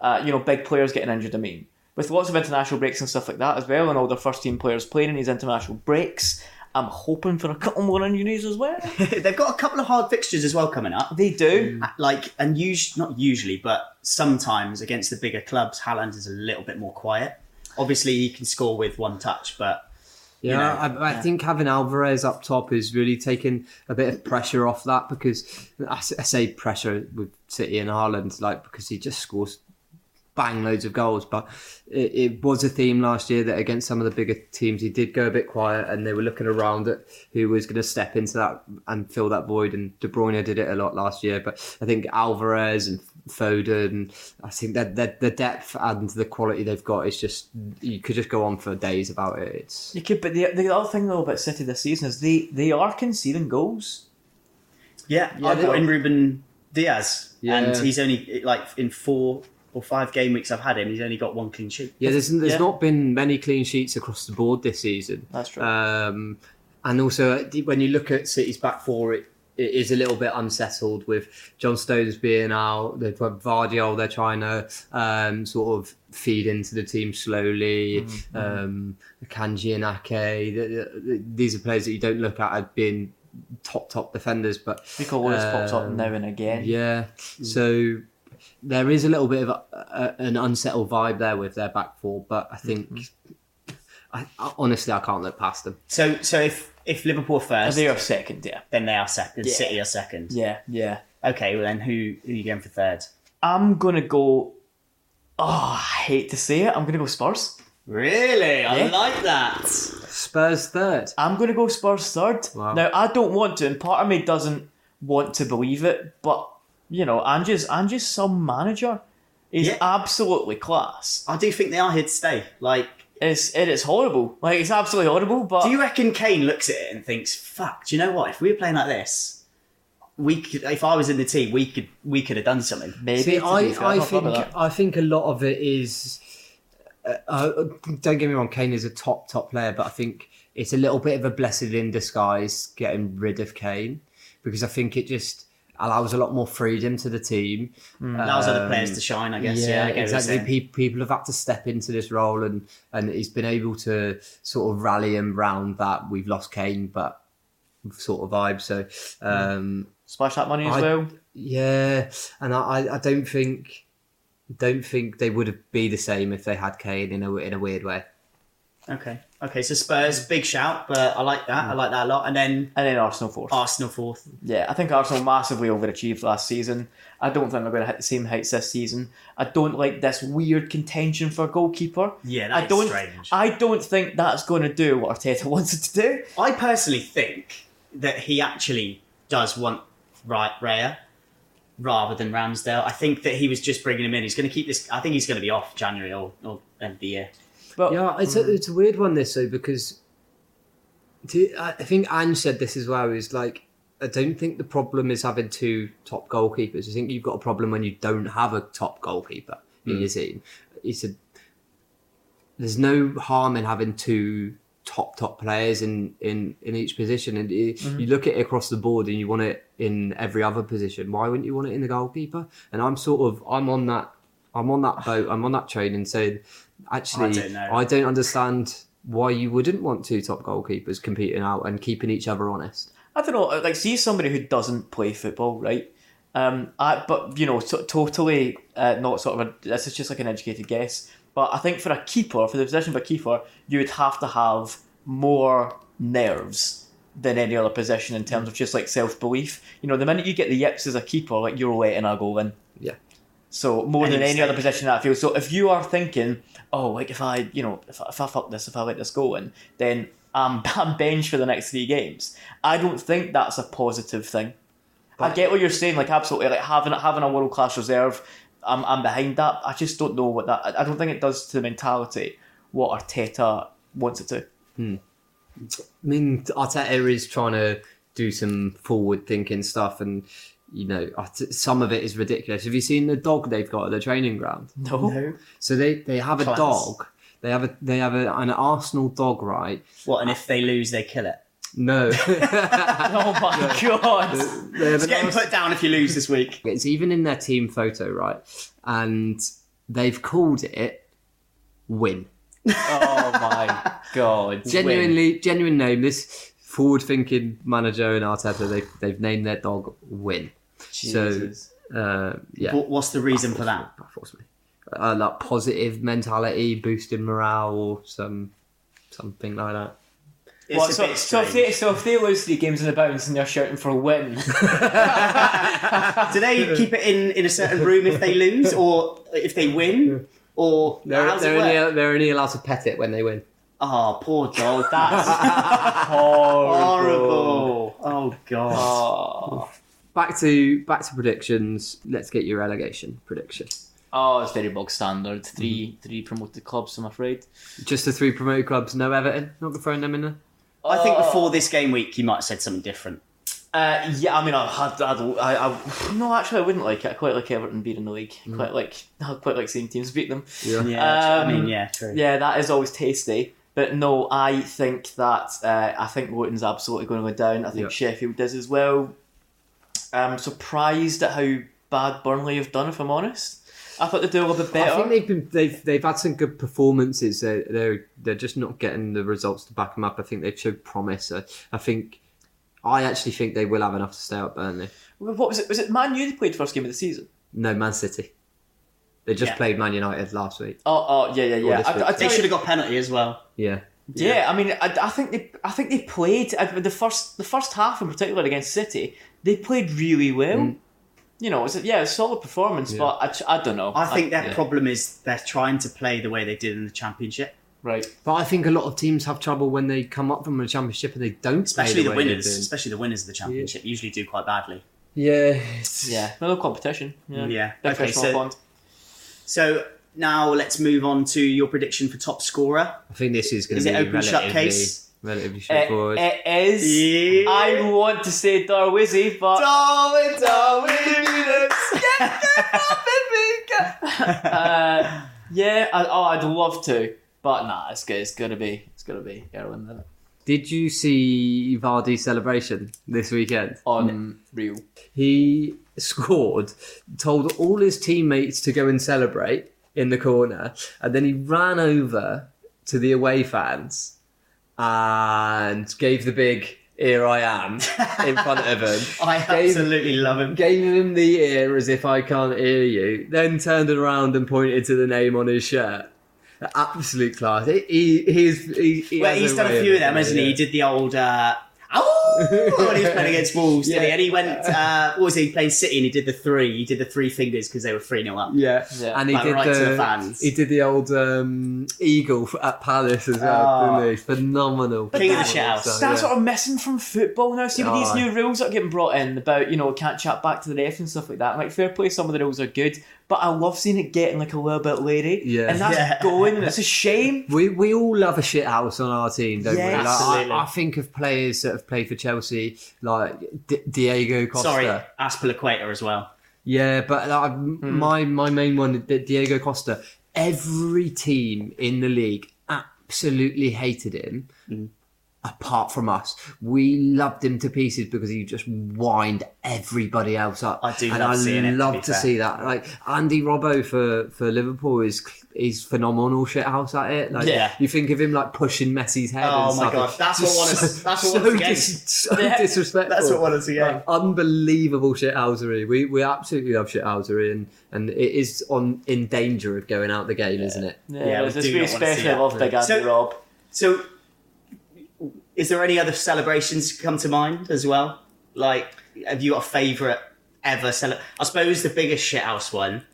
Speaker 3: Uh, you know, big players getting injured, I mean. With lots of international breaks and stuff like that as well, and all their first team players playing in these international breaks, I'm hoping for a couple more injuries as well.
Speaker 2: they've got a couple of hard fixtures as well coming up.
Speaker 3: they do.
Speaker 2: Uh, Like and us- not usually, but sometimes against the bigger clubs, Haaland is a little bit more quiet. Obviously, he can score with one touch, but
Speaker 1: Yeah,
Speaker 2: know,
Speaker 1: I, I think having Alvarez up top is really taking a bit of pressure off that because I, s- I say pressure with City and Haaland, like because he just scores bang loads of goals. But it, it was a theme last year that against some of the bigger teams, he did go a bit quiet and they were looking around at who was going to step into that and fill that void. And De Bruyne did it a lot last year. But I think Alvarez and Foden, I think that the, the depth and the quality they've got is just, you could just go on for days about it. It's.
Speaker 3: You could, but the, the other thing though about City this season is they, they are conceding goals.
Speaker 2: Yeah,
Speaker 1: Yeah,
Speaker 2: I
Speaker 1: they
Speaker 2: brought
Speaker 1: are.
Speaker 2: in Ruben Diaz, and
Speaker 1: Yeah.
Speaker 2: he's only like in four or five game weeks I've had him. He's only got one clean sheet.
Speaker 1: Yeah, there's, there's
Speaker 3: Yeah.
Speaker 1: not been many clean sheets across the board this season.
Speaker 3: That's true.
Speaker 1: Um, and also, uh, when you look at City's back four, it, it is a little bit unsettled with John Stones being out. They've got Vardiol, they're trying to um, sort of feed into the team slowly.
Speaker 3: Mm-hmm.
Speaker 1: Um, Kanji and Ake, th- th- th- these are players that you don't look at as being top, top defenders, but
Speaker 3: Nico Williams pops up
Speaker 1: Um,
Speaker 3: now and again.
Speaker 1: yeah. So there is a little bit of a, a, an unsettled vibe there with
Speaker 3: Mm-hmm.
Speaker 1: their back four, but I think I, I- honestly I can't look past them.
Speaker 2: So, so if if Liverpool are
Speaker 3: Are
Speaker 2: first,
Speaker 3: they are second, yeah.
Speaker 2: then they are second.
Speaker 3: Yeah.
Speaker 2: City are second.
Speaker 3: Yeah, yeah.
Speaker 2: Okay, well then who who are you going for third?
Speaker 3: I'm gonna go. Oh, I hate to say it. I'm gonna go Spurs.
Speaker 2: Really, I
Speaker 3: Yeah.
Speaker 2: like that.
Speaker 1: Spurs third.
Speaker 3: I'm gonna go Spurs third.
Speaker 1: Wow.
Speaker 3: Now I don't want to, and part of me doesn't want to believe it, but you know, Angie's Angie's some manager. He's
Speaker 2: Yeah.
Speaker 3: absolutely class.
Speaker 2: I do think they are here to stay. Like,
Speaker 3: It's it is horrible. Like it's absolutely horrible, but
Speaker 2: do you reckon Kane looks at it and thinks, "Fuck, do you know what? If we were playing like this, we could. If I was in the team, we could. We could have done something."
Speaker 3: maybe
Speaker 1: See,
Speaker 3: to be
Speaker 1: I,
Speaker 3: fair,
Speaker 1: I
Speaker 3: I've thought
Speaker 1: think
Speaker 3: about that.
Speaker 1: I think a lot of it is. Uh, uh, don't get me wrong, Kane is a top top player, but I think it's a little bit of a blessing in disguise getting rid of Kane because I think it just allows a lot more freedom to the team.
Speaker 3: Mm.
Speaker 2: Allows other
Speaker 1: Um,
Speaker 2: players to shine, I guess. Yeah, I get what you're
Speaker 1: exactly.
Speaker 2: saying.
Speaker 1: People, people have had to step into this role, and and he's been able to sort of rally him round that we've lost Kane, but sort of vibe. So
Speaker 2: Hmm.
Speaker 1: um,
Speaker 3: Splash that money as
Speaker 1: I-
Speaker 3: well.
Speaker 1: yeah, and I, I- I don't think don't think they would have be the same if they had Kane in a in a weird way.
Speaker 2: Okay. Okay. So Spurs, big shout, but I like that. I like that a lot. And then
Speaker 3: And then Arsenal fourth.
Speaker 2: Arsenal fourth.
Speaker 3: Yeah, I think Arsenal massively overachieved last season. I don't think they're going to hit the same heights this season. I don't like this weird contention for a goalkeeper.
Speaker 2: Yeah,
Speaker 3: I
Speaker 2: that's
Speaker 3: don't.
Speaker 2: strange.
Speaker 3: I don't think that's going to do what Arteta wants it to do.
Speaker 2: I personally think that he actually does want right Raya rather than Ramsdale. I think that he was just bringing him in. He's going to keep this. I think he's going to be off January or, or end of the year.
Speaker 3: But
Speaker 1: Yeah, it's a it's a weird one this though because do, I I think Ange said this as well is like I don't think the problem is having two top goalkeepers. I think you've got a problem when you don't have a top goalkeeper in your team. He said there's no harm in having two top top players in in in each position and you you look at it across the board and you want it in every other position why wouldn't you want it in the goalkeeper and i'm sort of i'm on that i'm on that boat i'm on that train and saying actually i
Speaker 2: don't
Speaker 1: don't,
Speaker 2: know.
Speaker 1: understand why you wouldn't want two top goalkeepers competing out and keeping each other honest
Speaker 3: I don't know. Like, see somebody who doesn't play football, right? Um, I, but you know, so, totally uh, not sort of. A, this is just like an educated guess. But I think for a keeper, for the position of a keeper, you would have to have more nerves than any other position in terms of just like self belief. You know, the minute you get the yips as a keeper, like you're letting a goal in.
Speaker 1: Yeah.
Speaker 3: So more
Speaker 2: And
Speaker 3: than
Speaker 2: it's
Speaker 3: any
Speaker 2: like-
Speaker 3: other position that I feel. So if you are thinking, oh, like if I, you know, if I, if I fuck this, if I let this go in, then I'm, I'm benched for the next three games. I don't think that's a positive thing. I get what you're saying, like absolutely, like having having a world class reserve. I'm, I'm behind that. I just don't know what that. I- I don't think it does to the mentality what Arteta wants it to.
Speaker 1: I mean, Arteta is trying to do some forward thinking stuff, and you know, Arte- some of it is ridiculous. Have you seen the dog they've got at the training ground?
Speaker 3: No,
Speaker 1: So they they have a
Speaker 2: Class.
Speaker 1: dog. They have a they have a, an Arsenal dog, right?
Speaker 2: What? And if they lose, they kill it.
Speaker 1: No,
Speaker 3: oh my god,
Speaker 1: They have
Speaker 2: It's
Speaker 1: an
Speaker 2: getting
Speaker 1: Ars-
Speaker 2: put down if you lose this week.
Speaker 1: it's even in their team photo, right? And they've called it Win.
Speaker 3: oh my god,
Speaker 1: Genuinely, genuine name. This forward thinking manager in Arteta, they've they've named their dog Win.
Speaker 3: Jesus.
Speaker 1: So uh, yeah.
Speaker 2: What, what's the reason for that?
Speaker 1: baffles me. Uh, like positive mentality, boosting morale, or some something like that.
Speaker 2: It's
Speaker 3: What,
Speaker 2: a
Speaker 3: so,
Speaker 2: bit
Speaker 3: so if
Speaker 2: strange.
Speaker 3: they so if they lose three games in the bounce and they're shouting for a win,
Speaker 2: Do they keep it in, in a certain room if they lose, or if they win, or
Speaker 1: They're,
Speaker 2: how's
Speaker 1: they're
Speaker 2: it work?
Speaker 1: only, they're only allowed to pet it when they win.
Speaker 2: Oh, poor dog. That's
Speaker 3: horrible.
Speaker 2: horrible. Oh god.
Speaker 3: Oh,
Speaker 1: Back to back to predictions. Let's get your relegation prediction.
Speaker 3: oh, it's very bog standard. 3 three promoted clubs, I'm afraid.
Speaker 1: Just the three promoted clubs. No Everton. Not throwing them in there.
Speaker 2: I think
Speaker 3: Oh.
Speaker 2: before this game week, you might have said something different.
Speaker 3: Uh, yeah, I mean, I had, I'd, I, I, no, actually, I wouldn't like it. I quite like Everton beating the league.
Speaker 1: Mm.
Speaker 3: Quite like, I quite like seeing teams beat them.
Speaker 2: Yeah,
Speaker 3: Um,
Speaker 2: I mean, yeah, true.
Speaker 3: Yeah, that is always tasty. But no, I think that uh, I think Luton's absolutely going to go down. I think
Speaker 1: Yeah.
Speaker 3: Sheffield is as well. I'm surprised at how bad Burnley have done. If I'm honest, I thought they'd do a little bit better.
Speaker 1: I think they've been they've they've had some good performances. They're they're, they're just not getting the results to back them up. I think they've showed promise. I, I think I actually think they will have enough to stay up Burnley.
Speaker 3: What was it? Was it Man U they played first game of the season?
Speaker 1: No Man City. They just
Speaker 2: Yeah.
Speaker 1: played Man United last week.
Speaker 3: Oh, oh, yeah, yeah, yeah.
Speaker 1: this
Speaker 3: I, I,
Speaker 1: week.
Speaker 3: tell
Speaker 2: They
Speaker 3: you-
Speaker 2: should have got penalty as well.
Speaker 1: Yeah.
Speaker 3: Yeah, I mean, I, I think they, I think they played I, the first, the first half in particular against City. They played really well. You know, it's a, Mm. yeah, a solid performance,
Speaker 1: Yeah.
Speaker 3: but I, I don't know.
Speaker 2: I think their
Speaker 3: yeah.
Speaker 2: problem is they're trying to play the way they did in the championship,
Speaker 3: right.
Speaker 1: But I think a lot of teams have trouble when they come up from a championship and they don't. play
Speaker 2: especially the,
Speaker 1: way they
Speaker 2: winners.
Speaker 1: do.
Speaker 2: Especially the winners of the championship usually do quite badly.
Speaker 1: Yeah.
Speaker 3: Yeah, no competition. Yeah.
Speaker 2: Yeah.
Speaker 3: Big
Speaker 2: Okay,
Speaker 3: fish, small
Speaker 2: so-
Speaker 3: pond.
Speaker 2: So now let's move on to your prediction for top scorer.
Speaker 1: I think this is going
Speaker 2: Is
Speaker 1: to
Speaker 2: it
Speaker 1: be
Speaker 2: open shut
Speaker 1: relatively,
Speaker 2: case? Eh,
Speaker 1: relatively
Speaker 3: It-
Speaker 1: straightforward.
Speaker 3: it is.
Speaker 2: Yeah.
Speaker 3: I want to say Darwizzy, but
Speaker 2: Darwin, Darwin Nunes.
Speaker 3: uh, yeah, I, oh, I'd love to, but nah, it's good. It's gonna be, it's gonna be Erwin isn't it?
Speaker 1: Did you see Vardy's celebration this weekend?
Speaker 3: on real.
Speaker 1: He scored, told all his teammates to go and celebrate in the corner, and then he ran over to the away fans and gave the big "Here I am" in front of him.
Speaker 2: I
Speaker 1: Dave-
Speaker 2: absolutely love him.
Speaker 1: Gave him the ear as if I can't hear you. Then turned around and pointed to the name on his shirt. Absolute class. He he he's, he, he
Speaker 2: Well,
Speaker 1: has
Speaker 2: he's done
Speaker 1: way
Speaker 2: a few of
Speaker 1: it,
Speaker 2: them, hasn't he?
Speaker 1: yeah.
Speaker 2: He did the old. Uh, Ow! when he was playing against Wolves, didn't he?
Speaker 1: Yeah.
Speaker 2: and he went. Uh, what was he playing City? And he did the three. He did the three fingers because they were three 0 up.
Speaker 1: Yeah.
Speaker 3: Yeah.
Speaker 1: and he
Speaker 2: Like,
Speaker 1: did
Speaker 2: right to
Speaker 1: the,
Speaker 2: the fans.
Speaker 1: he did the old um, eagle f- at Palace as well,
Speaker 2: Oh.
Speaker 1: didn't he? Phenomenal,
Speaker 2: King of the
Speaker 1: phenomenal
Speaker 2: shithouse.
Speaker 1: stuff,
Speaker 3: That's
Speaker 1: yeah.
Speaker 3: what I'm missing from football now. See, with these
Speaker 1: Aye.
Speaker 3: new rules that are getting brought in about, you know, can't chat back to the ref and stuff like that. Like, fair play, some of the rules are good, but I love seeing it getting like a little bit lady.
Speaker 1: Yeah.
Speaker 3: And that's
Speaker 2: Yeah.
Speaker 3: going, and it's a shame.
Speaker 1: We, we all love a shit house on our team, don't we?
Speaker 3: Yeah,
Speaker 1: Like,
Speaker 2: absolutely.
Speaker 1: I, I think of players that have played for Chelsea, like D- Diego Costa.
Speaker 2: Sorry, Aspilaqueta as well.
Speaker 1: Yeah, but like,
Speaker 2: Hmm.
Speaker 1: my my main one, D- Diego Costa. Every team in the league absolutely hated him,
Speaker 2: Hmm.
Speaker 1: apart from us. We loved him to pieces because he just whined everybody else up.
Speaker 2: I do
Speaker 1: and
Speaker 2: love
Speaker 1: I
Speaker 2: seeing it, to
Speaker 1: love
Speaker 2: be
Speaker 1: to
Speaker 2: fair.
Speaker 1: see that. Like Andy Robbo for for Liverpool is is phenomenal shit house at it. Like
Speaker 2: Yeah.
Speaker 1: you think of him like pushing Messi's head.
Speaker 2: Oh
Speaker 1: and
Speaker 2: my
Speaker 1: stuff.
Speaker 2: God, that's
Speaker 1: Just
Speaker 2: what won us-
Speaker 1: so-
Speaker 2: that's what
Speaker 1: so,
Speaker 2: won us the game.
Speaker 1: dis- so
Speaker 3: Yeah.
Speaker 1: disrespectful.
Speaker 2: That's what won us the game.
Speaker 1: Like, unbelievable shithousery. We we absolutely love shithousery, and and it is on in danger of going out the game, isn't it?
Speaker 3: Yeah,
Speaker 2: Yeah, we
Speaker 3: it's
Speaker 2: do
Speaker 3: really
Speaker 2: not wanna see
Speaker 3: special. I
Speaker 2: that.
Speaker 3: love Big Andy
Speaker 2: So-
Speaker 3: Rob.
Speaker 2: So, is there any other celebrations come to mind as well? Like, have you got a favourite ever? Cele- I suppose the biggest shithouse one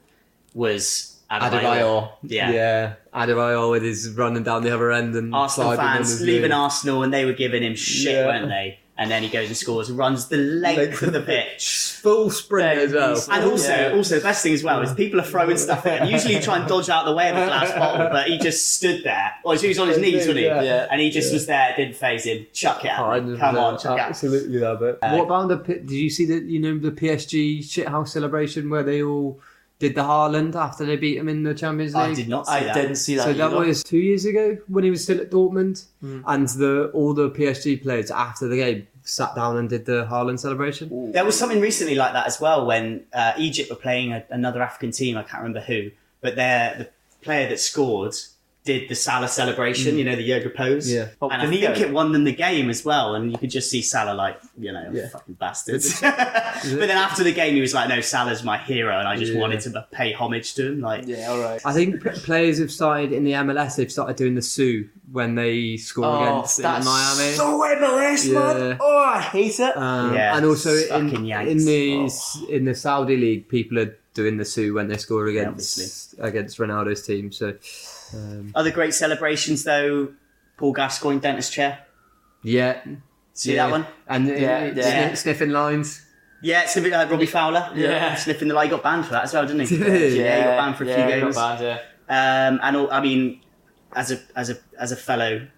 Speaker 2: was Adebayor.
Speaker 1: Adebayor,
Speaker 2: Yeah.
Speaker 1: yeah, Adebayor with his running down the other end and
Speaker 2: Arsenal
Speaker 1: sliding on
Speaker 2: fans
Speaker 1: his
Speaker 2: leaving
Speaker 1: knee.
Speaker 2: Arsenal and they were giving him shit,
Speaker 1: Yeah.
Speaker 2: weren't they? And then he goes and scores, runs the length of the pitch.
Speaker 1: full sprint
Speaker 3: Yeah,
Speaker 1: as well.
Speaker 3: he's-
Speaker 2: And also,
Speaker 3: Yeah.
Speaker 2: also the best thing as well is people are throwing stuff at him. Usually, you try and dodge out the way of a glass bottle, but he just stood there. Well, he was on his knees, wasn't he?
Speaker 1: Yeah.
Speaker 3: Yeah.
Speaker 2: And he just was there, didn't phase him. Chuck it
Speaker 1: Oh, I
Speaker 2: at me.
Speaker 1: just
Speaker 2: Come on,
Speaker 1: love-
Speaker 2: chuck it. Uh,
Speaker 1: absolutely love it. what about the? P- Did you see the you know the PSG shithouse celebration where they all did the Haaland after they beat him in the Champions League?
Speaker 2: I did not see
Speaker 3: I
Speaker 2: that.
Speaker 3: didn't see that. Hmm.
Speaker 1: So that
Speaker 3: either.
Speaker 1: was two years ago when he was still at Dortmund, and the all the PSG players after the game sat down and did the Haaland celebration.
Speaker 2: There was something recently like that as well when uh, Egypt were playing a, another African team. I can't remember who, but their the player that scored did the Salah celebration. You know the yoga pose.
Speaker 1: Mm. Yeah.
Speaker 3: Oh,
Speaker 2: and I
Speaker 3: Danilo.
Speaker 2: think it won them the game as well. And you could just see Salah like you know
Speaker 1: Yeah.
Speaker 2: fucking bastards. but then after the game, he was like, "No, Salah's my hero," and I just
Speaker 1: Yeah.
Speaker 2: wanted to pay homage to him. Like,
Speaker 3: Yeah, all right.
Speaker 1: I think p- players have started in the MLS. They've started doing the Sue when they score
Speaker 3: Oh,
Speaker 1: against in
Speaker 3: that's
Speaker 1: Miami.
Speaker 3: so MLS,
Speaker 1: Yeah.
Speaker 3: man. Oh, I hate it.
Speaker 2: Uh,
Speaker 1: Um,
Speaker 2: Yeah,
Speaker 1: and also in,
Speaker 2: fucking Yanks.
Speaker 1: in the in the Saudi league, people are doing the Sue when they score against against Ronaldo's team. So um,
Speaker 2: other great celebrations though. Paul Gascoigne dentist chair.
Speaker 1: yeah,
Speaker 2: See
Speaker 1: yeah.
Speaker 2: that one?
Speaker 1: and yeah,
Speaker 3: Yeah, yeah.
Speaker 1: sniffing lines.
Speaker 2: Yeah, it's a bit like Robbie Fowler.
Speaker 3: Yeah.
Speaker 2: sniffing the light. He got banned for that as well, didn't he?
Speaker 1: Did he?
Speaker 2: Yeah, he got banned for a
Speaker 3: yeah,
Speaker 2: few
Speaker 3: he got
Speaker 2: games.
Speaker 3: banned, yeah.
Speaker 2: Um, and all, I mean, as a as a as a fellow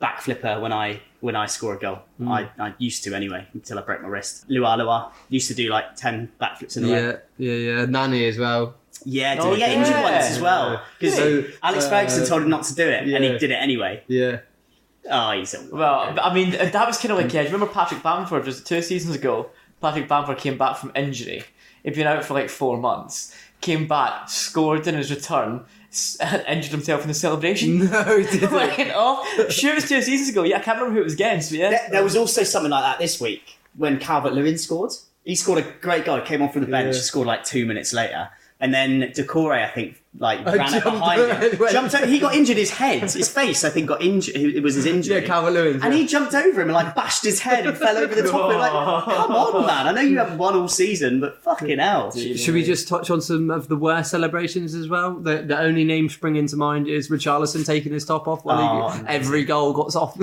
Speaker 2: backflipper, when I when I score a goal, I, I used to anyway until I broke my wrist. Lua Lua used to do like ten backflips in a row.
Speaker 1: Yeah, yeah, yeah. Nanny as well.
Speaker 2: Yeah, did
Speaker 3: Oh,
Speaker 2: he get injured
Speaker 3: yeah.
Speaker 2: once as well? Because
Speaker 1: Yeah.
Speaker 2: Alex
Speaker 1: Uh,
Speaker 2: Ferguson told him not to do it, and he
Speaker 1: yeah.
Speaker 2: did it anyway.
Speaker 1: Yeah.
Speaker 2: Oh, he's a
Speaker 3: Well, I mean, uh, that was kind
Speaker 2: Um,
Speaker 3: of like, yeah, do you remember Patrick Bamford was it two seasons ago? Patrick Bamford came back from injury. He'd been out for like four months. Came back, scored in his return, s- injured himself in the celebration.
Speaker 1: No, he didn't.
Speaker 3: Fucking off. Sure, it was two seasons ago. Yeah, I can't remember who it was against, but yeah.
Speaker 2: There, there was also something like that this week when Calvert Lewin scored. He scored a great goal, came on from the bench,
Speaker 1: Yeah.
Speaker 2: scored like two minutes later. And then Decore, I think, like
Speaker 1: I
Speaker 2: ran
Speaker 1: jumped
Speaker 2: up behind
Speaker 1: over
Speaker 2: him.
Speaker 1: and went-
Speaker 2: Jumped over. He got injured his head. His face, I think, got injured. It was his injury.
Speaker 1: Yeah, Calvert-Lewin, yeah.
Speaker 2: And he jumped over him and like bashed his head and fell over the top of him. Like, come on, man. I know you haven't won all season, but fucking hell.
Speaker 1: Should we just touch on some of the worst celebrations as well? The, the only name springing to mind is Richarlison taking his top off. While
Speaker 2: Oh,
Speaker 1: he,
Speaker 2: no.
Speaker 1: every goal got off.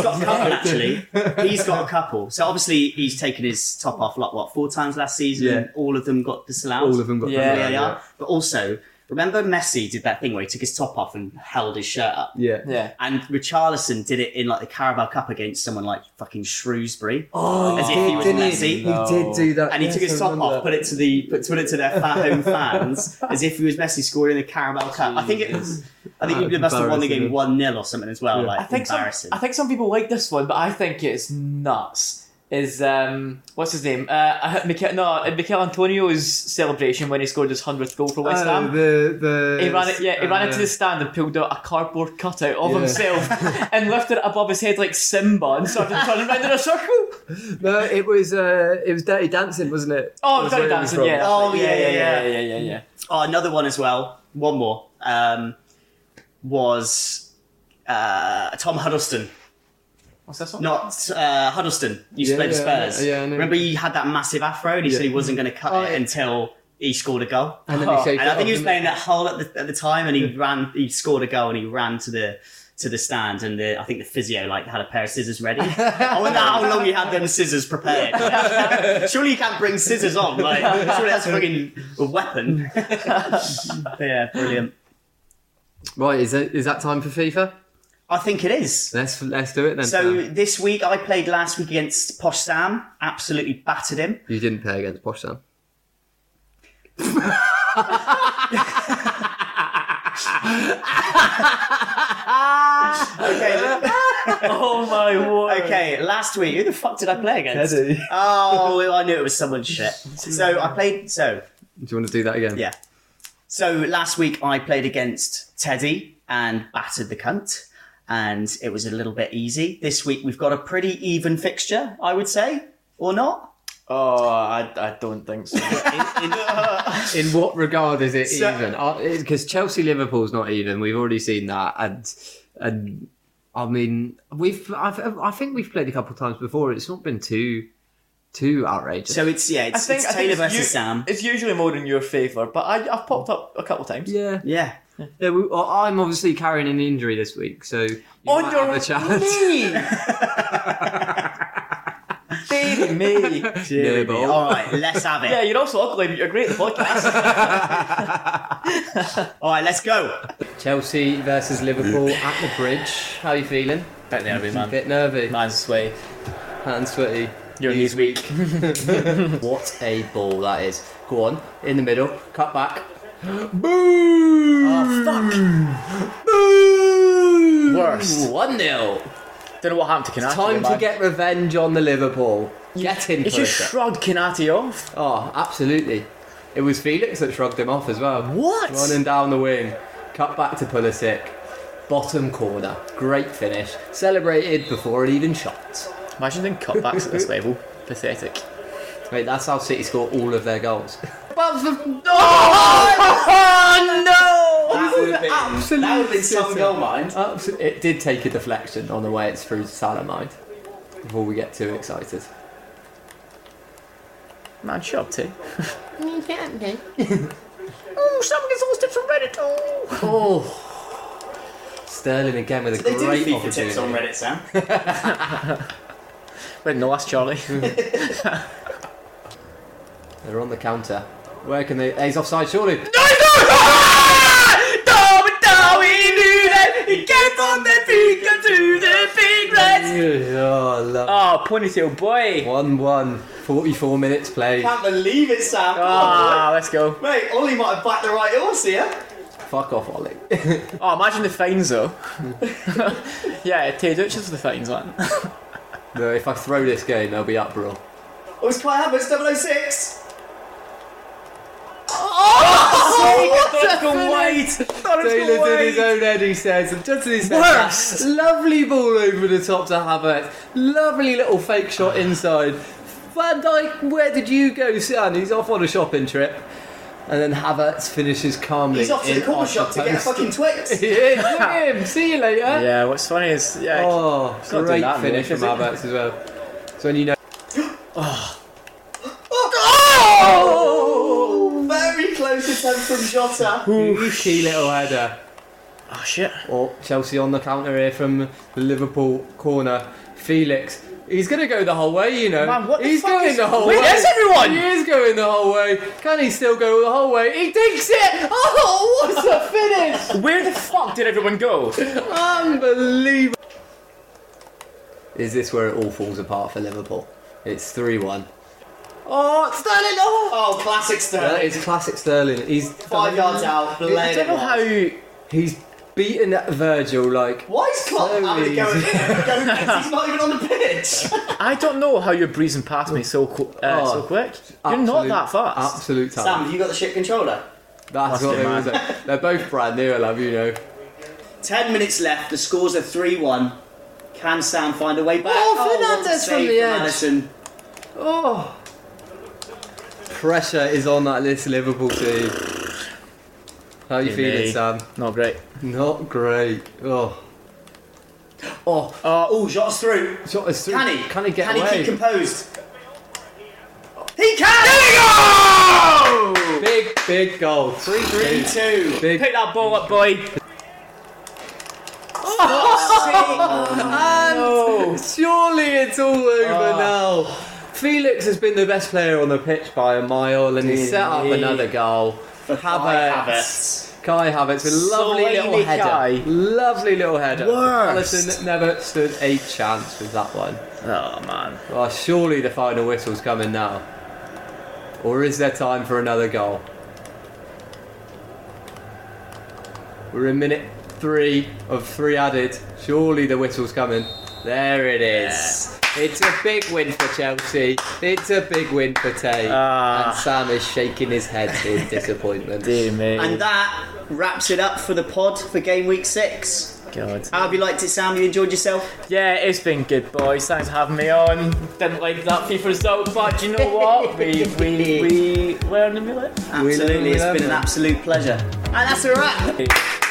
Speaker 2: got a couple actually. He's got a couple. So obviously he's taken his top off like what four times last season.
Speaker 1: Yeah.
Speaker 2: and All of them got disallowed.
Speaker 1: All of them got.
Speaker 3: Yeah,
Speaker 2: Yeah, they are. But also remember Messi did that thing where he took his top off and held his shirt up.
Speaker 1: Yeah.
Speaker 3: Yeah.
Speaker 2: And Richarlison did it in like the Carabao Cup against someone like fucking Shrewsbury.
Speaker 1: Oh,
Speaker 2: As
Speaker 1: he
Speaker 2: if he
Speaker 1: did,
Speaker 2: was
Speaker 1: didn't
Speaker 2: Messi.
Speaker 1: he? He did do that.
Speaker 2: And he
Speaker 1: yes,
Speaker 2: took his
Speaker 1: I
Speaker 2: top off,
Speaker 1: remember.
Speaker 2: put it to the put, put it to their fat home fans as if he was Messi scoring the Carabao Cup. I think it was. I think he
Speaker 1: Jesus.
Speaker 2: must have won the game
Speaker 1: Embarrassing.
Speaker 2: one 0 or something as well.
Speaker 1: Yeah.
Speaker 2: Like
Speaker 3: I think some,
Speaker 2: embarrassing.
Speaker 3: I think some people like this one, but I think it's nuts. Is um what's his name? Uh, Mikel, no, Mikel Antonio's celebration when he scored his hundredth goal for West
Speaker 1: Oh,
Speaker 3: Ham.
Speaker 1: the the.
Speaker 3: He ran it, yeah. He ran
Speaker 1: uh,
Speaker 3: into the stand and pulled out a cardboard cutout of
Speaker 1: Yeah.
Speaker 3: himself and lifted it above his head like Simba and started turning around in a circle. Oh,
Speaker 1: No, it was uh, it was Dirty Dancing, wasn't it?
Speaker 3: Oh,
Speaker 1: Was where
Speaker 3: Dirty
Speaker 1: it was
Speaker 3: Dancing,
Speaker 1: from.
Speaker 3: yeah.
Speaker 2: Oh,
Speaker 3: that's it.
Speaker 2: yeah, yeah,
Speaker 3: yeah, yeah, yeah, yeah, yeah.
Speaker 2: Oh, another one as well. One more um, was uh, Tom Huddleston.
Speaker 3: What's this one?
Speaker 2: Not uh, Huddleston. You
Speaker 1: Yeah,
Speaker 2: played
Speaker 1: yeah,
Speaker 2: Spurs.
Speaker 1: yeah, I know.
Speaker 2: Remember, he had that massive afro, and he
Speaker 1: Yeah.
Speaker 2: said he wasn't going to cut
Speaker 1: Oh,
Speaker 2: it
Speaker 1: yeah.
Speaker 2: until he scored a goal.
Speaker 1: And then
Speaker 3: Oh,
Speaker 1: he shaped
Speaker 2: And
Speaker 1: it
Speaker 2: I think he
Speaker 1: up,
Speaker 2: was
Speaker 1: didn't
Speaker 2: playing at Hull at the, at the time, and he ran. He scored a goal, and he ran to the to the stand, and the, I think the physio like had a pair of scissors ready. I wonder how long he had them scissors prepared. surely you can't bring scissors on. Like, surely that's a fucking weapon. yeah, brilliant.
Speaker 1: Right, is that, is that time for FIFA?
Speaker 2: I think it is.
Speaker 1: Let's let's do it then.
Speaker 2: So
Speaker 1: Sam.
Speaker 2: this week I played last week against Postam, absolutely battered him.
Speaker 1: you didn't play against Posh Sam.
Speaker 2: Okay,
Speaker 3: Oh my word!
Speaker 2: okay. Last week, who the fuck did I play against?
Speaker 1: Teddy.
Speaker 2: Oh, well, I knew it was someone's shit. So I played. So
Speaker 1: Do you want to do that again?
Speaker 2: Yeah. So last week I played against Teddy and battered the cunt, and it was a little bit easy. This week we've got a pretty even fixture, I would say, or not.
Speaker 3: Oh, I, I don't think so.
Speaker 1: In what regard is it
Speaker 2: So-
Speaker 1: even? Because Chelsea Liverpool's not even. We've already seen that, and and I mean we've I've, I think we've played a couple of times before. It's not been too too outrageous.
Speaker 2: So it's yeah,
Speaker 3: I
Speaker 2: it's,
Speaker 3: think,
Speaker 2: it's
Speaker 3: I think
Speaker 2: Taylor
Speaker 3: it's
Speaker 2: versus
Speaker 3: u-
Speaker 2: Sam.
Speaker 3: It's usually more in your favour, but I, I've popped up a couple of times.
Speaker 1: yeah,
Speaker 2: yeah.
Speaker 1: yeah we, well, I'm obviously carrying an injury this week, so you
Speaker 3: On
Speaker 1: might
Speaker 3: your
Speaker 1: have a chance.
Speaker 3: Baby me. oh.
Speaker 1: Yeah, but-
Speaker 2: All right, let's have it.
Speaker 3: Yeah, you're also ugly, but you're great at the podcast.
Speaker 2: All right, let's go.
Speaker 1: Chelsea versus Liverpool at the bridge. How are you feeling?
Speaker 3: Bit nervy,
Speaker 1: A bit nervy,
Speaker 3: Man's sway.
Speaker 1: hands sweaty.
Speaker 3: Your knees weak.
Speaker 1: What a ball that is. Go on, in the middle, cut back. Boom!
Speaker 3: Oh, fuck.
Speaker 1: Boom!
Speaker 3: Worse.
Speaker 1: 1 0.
Speaker 3: Don't know what happened to Kanati.
Speaker 1: Time to
Speaker 3: man.
Speaker 1: get revenge on the Liverpool. Get in,
Speaker 3: He just
Speaker 1: Clarissa.
Speaker 3: shrugged Kanati off.
Speaker 1: Oh, absolutely. It was Felix that shrugged him off as well.
Speaker 3: What?
Speaker 1: Running down the wing. Cut back to Pulisic. Bottom corner. Great finish. Celebrated before it even shot.
Speaker 3: Imagine doing cutbacks at this level. Pathetic.
Speaker 1: Wait, that's how City score all of their goals.
Speaker 3: But the- oh, no!
Speaker 2: That would have been,
Speaker 1: absolute
Speaker 2: that would have been some
Speaker 1: sitter.
Speaker 2: goal, mind.
Speaker 1: Abs- It did take a deflection on the way it's through to Salah mind. Before we get too excited.
Speaker 3: Man, shut up, T.
Speaker 5: Okay.
Speaker 3: Oh, someone gets all from Reddit. Oh.
Speaker 1: Oh. Sterling again with a
Speaker 2: They do
Speaker 1: great
Speaker 2: FIFA
Speaker 1: opportunity.
Speaker 2: tips on Reddit, Sam.
Speaker 3: Wait, no, that's Charlie.
Speaker 1: They're on the counter. Where can they? Oh, He's offside, surely. Oh, lo-
Speaker 3: Oh, ponytail boy.
Speaker 1: 1 1. 44 minutes played.
Speaker 2: Can't believe it, Sam. Come on,
Speaker 3: Ah, let's go.
Speaker 2: boy. Mate, Ollie might have backed the right horse here.
Speaker 1: Fuck off, Ollie.
Speaker 3: Oh, imagine the fines though. yeah, Tay Dutch's the fines, man.
Speaker 1: no, if I throw this game, there'll be uproar.
Speaker 2: It was Kai Havertz, 006.
Speaker 3: Thought it gone wide. Thought it
Speaker 1: Taylor
Speaker 3: gone
Speaker 1: did his
Speaker 3: wide.
Speaker 1: own head, he says. And just as he said
Speaker 3: Worst.
Speaker 1: that, lovely ball over the top to Havertz. Lovely little fake shot inside. Van Dijk, where did you go, son? He's off on a shopping trip. and then Havertz finishes calmly.
Speaker 2: He's off to the
Speaker 1: in
Speaker 2: corner
Speaker 1: off
Speaker 2: shop to get
Speaker 1: post.
Speaker 2: fucking Twix.
Speaker 1: Look at him. See you later.
Speaker 3: Yeah, what's funny is, yeah,
Speaker 1: Oh,
Speaker 3: not doing
Speaker 1: great
Speaker 3: that
Speaker 1: finish from
Speaker 3: much, is it?
Speaker 1: Havertz as well. So when you know.
Speaker 2: Oh, very close attempt from Jota.
Speaker 1: Key little header.
Speaker 3: oh shit.
Speaker 1: Oh, Chelsea on the counter here from the Liverpool corner. Felix, he's going to go the whole way, you know.
Speaker 3: Man, what the
Speaker 1: he's
Speaker 3: fuck
Speaker 1: going
Speaker 3: is-
Speaker 1: the whole
Speaker 3: Wait,
Speaker 1: way.
Speaker 3: there's everyone!
Speaker 1: He is going the whole way. Can he still go the whole way? He digs it! Oh, what's a finish!
Speaker 3: Where the fuck did everyone go?
Speaker 1: Unbelievable. Is this where it all falls apart for Liverpool? It's 3 1. Oh, Sterling! Oh!
Speaker 2: Oh, classic
Speaker 1: That
Speaker 2: Sterling.
Speaker 1: is classic Sterling. He's
Speaker 2: Five yards out.
Speaker 3: I don't know
Speaker 2: Blade.
Speaker 3: how.
Speaker 1: He's beaten Virgil like
Speaker 2: Why is Klopp
Speaker 1: So
Speaker 2: having to go in?
Speaker 1: easy.
Speaker 2: He's not even on the pitch.
Speaker 3: I don't know how you're breezing past me so qu- uh,
Speaker 1: Oh,
Speaker 3: so quick. You're not
Speaker 1: absolute-
Speaker 3: that fast.
Speaker 1: Absolute talent.
Speaker 2: Sam, have you got the shit controller?
Speaker 1: That's
Speaker 3: Must
Speaker 1: what
Speaker 3: be
Speaker 1: they
Speaker 3: mine.
Speaker 1: was. Like. They're both brand new, I love you know.
Speaker 2: Ten minutes left. The scores are three-one. Can Sam find a way back?
Speaker 1: Oh,
Speaker 2: what a
Speaker 1: Fernandes
Speaker 2: save
Speaker 1: from the
Speaker 2: from
Speaker 1: edge.
Speaker 2: Alisson.
Speaker 1: Oh, pressure is on that this Liverpool team. How you
Speaker 3: Hey,
Speaker 1: feeling,
Speaker 3: mate.
Speaker 1: Sam?
Speaker 3: Not great.
Speaker 1: Not great. Oh, oh,
Speaker 3: Oh,
Speaker 2: Oh, Jota's through.
Speaker 1: shot is through.
Speaker 2: Can he?
Speaker 1: Can he get
Speaker 2: Can
Speaker 1: away?
Speaker 2: he keep composed? He can!
Speaker 3: oh!
Speaker 1: big, big goal. Three,
Speaker 2: Three, two.
Speaker 1: Big.
Speaker 3: Pick that ball up, boy.
Speaker 1: And
Speaker 3: No.
Speaker 1: surely it's all over
Speaker 3: Oh.
Speaker 1: now. Ah. Felix has been the best player on the pitch by a mile, and he
Speaker 3: Dear
Speaker 1: set up
Speaker 3: me.
Speaker 1: another goal. For
Speaker 2: Kai Havertz.
Speaker 1: Kai Havertz, a lovely
Speaker 3: Slimy
Speaker 1: little header.
Speaker 3: Kai.
Speaker 1: Lovely little header.
Speaker 3: Worst.
Speaker 1: Allison never stood a chance with that one.
Speaker 3: Oh man.
Speaker 1: Well, surely the final whistle's coming now. Or is there time for another goal? We're in minute three of three added. Surely the whistle's coming. There it is. It's a big win for Chelsea. It's a big win for Tay.
Speaker 3: Ah.
Speaker 1: And Sam is shaking his head in disappointment.
Speaker 3: Dear me.
Speaker 2: And that wraps it up for the pod for game week six.
Speaker 3: God.
Speaker 2: How have you liked it, Sam? You enjoyed yourself?
Speaker 3: Yeah, it's been good, boys. Thanks for having me on. Didn't like that FIFA result, but you know what? We we we learned and we learned.
Speaker 2: Absolutely, it's
Speaker 1: love
Speaker 2: been an
Speaker 1: it.
Speaker 2: absolute pleasure. And that's a wrap.
Speaker 3: Hey.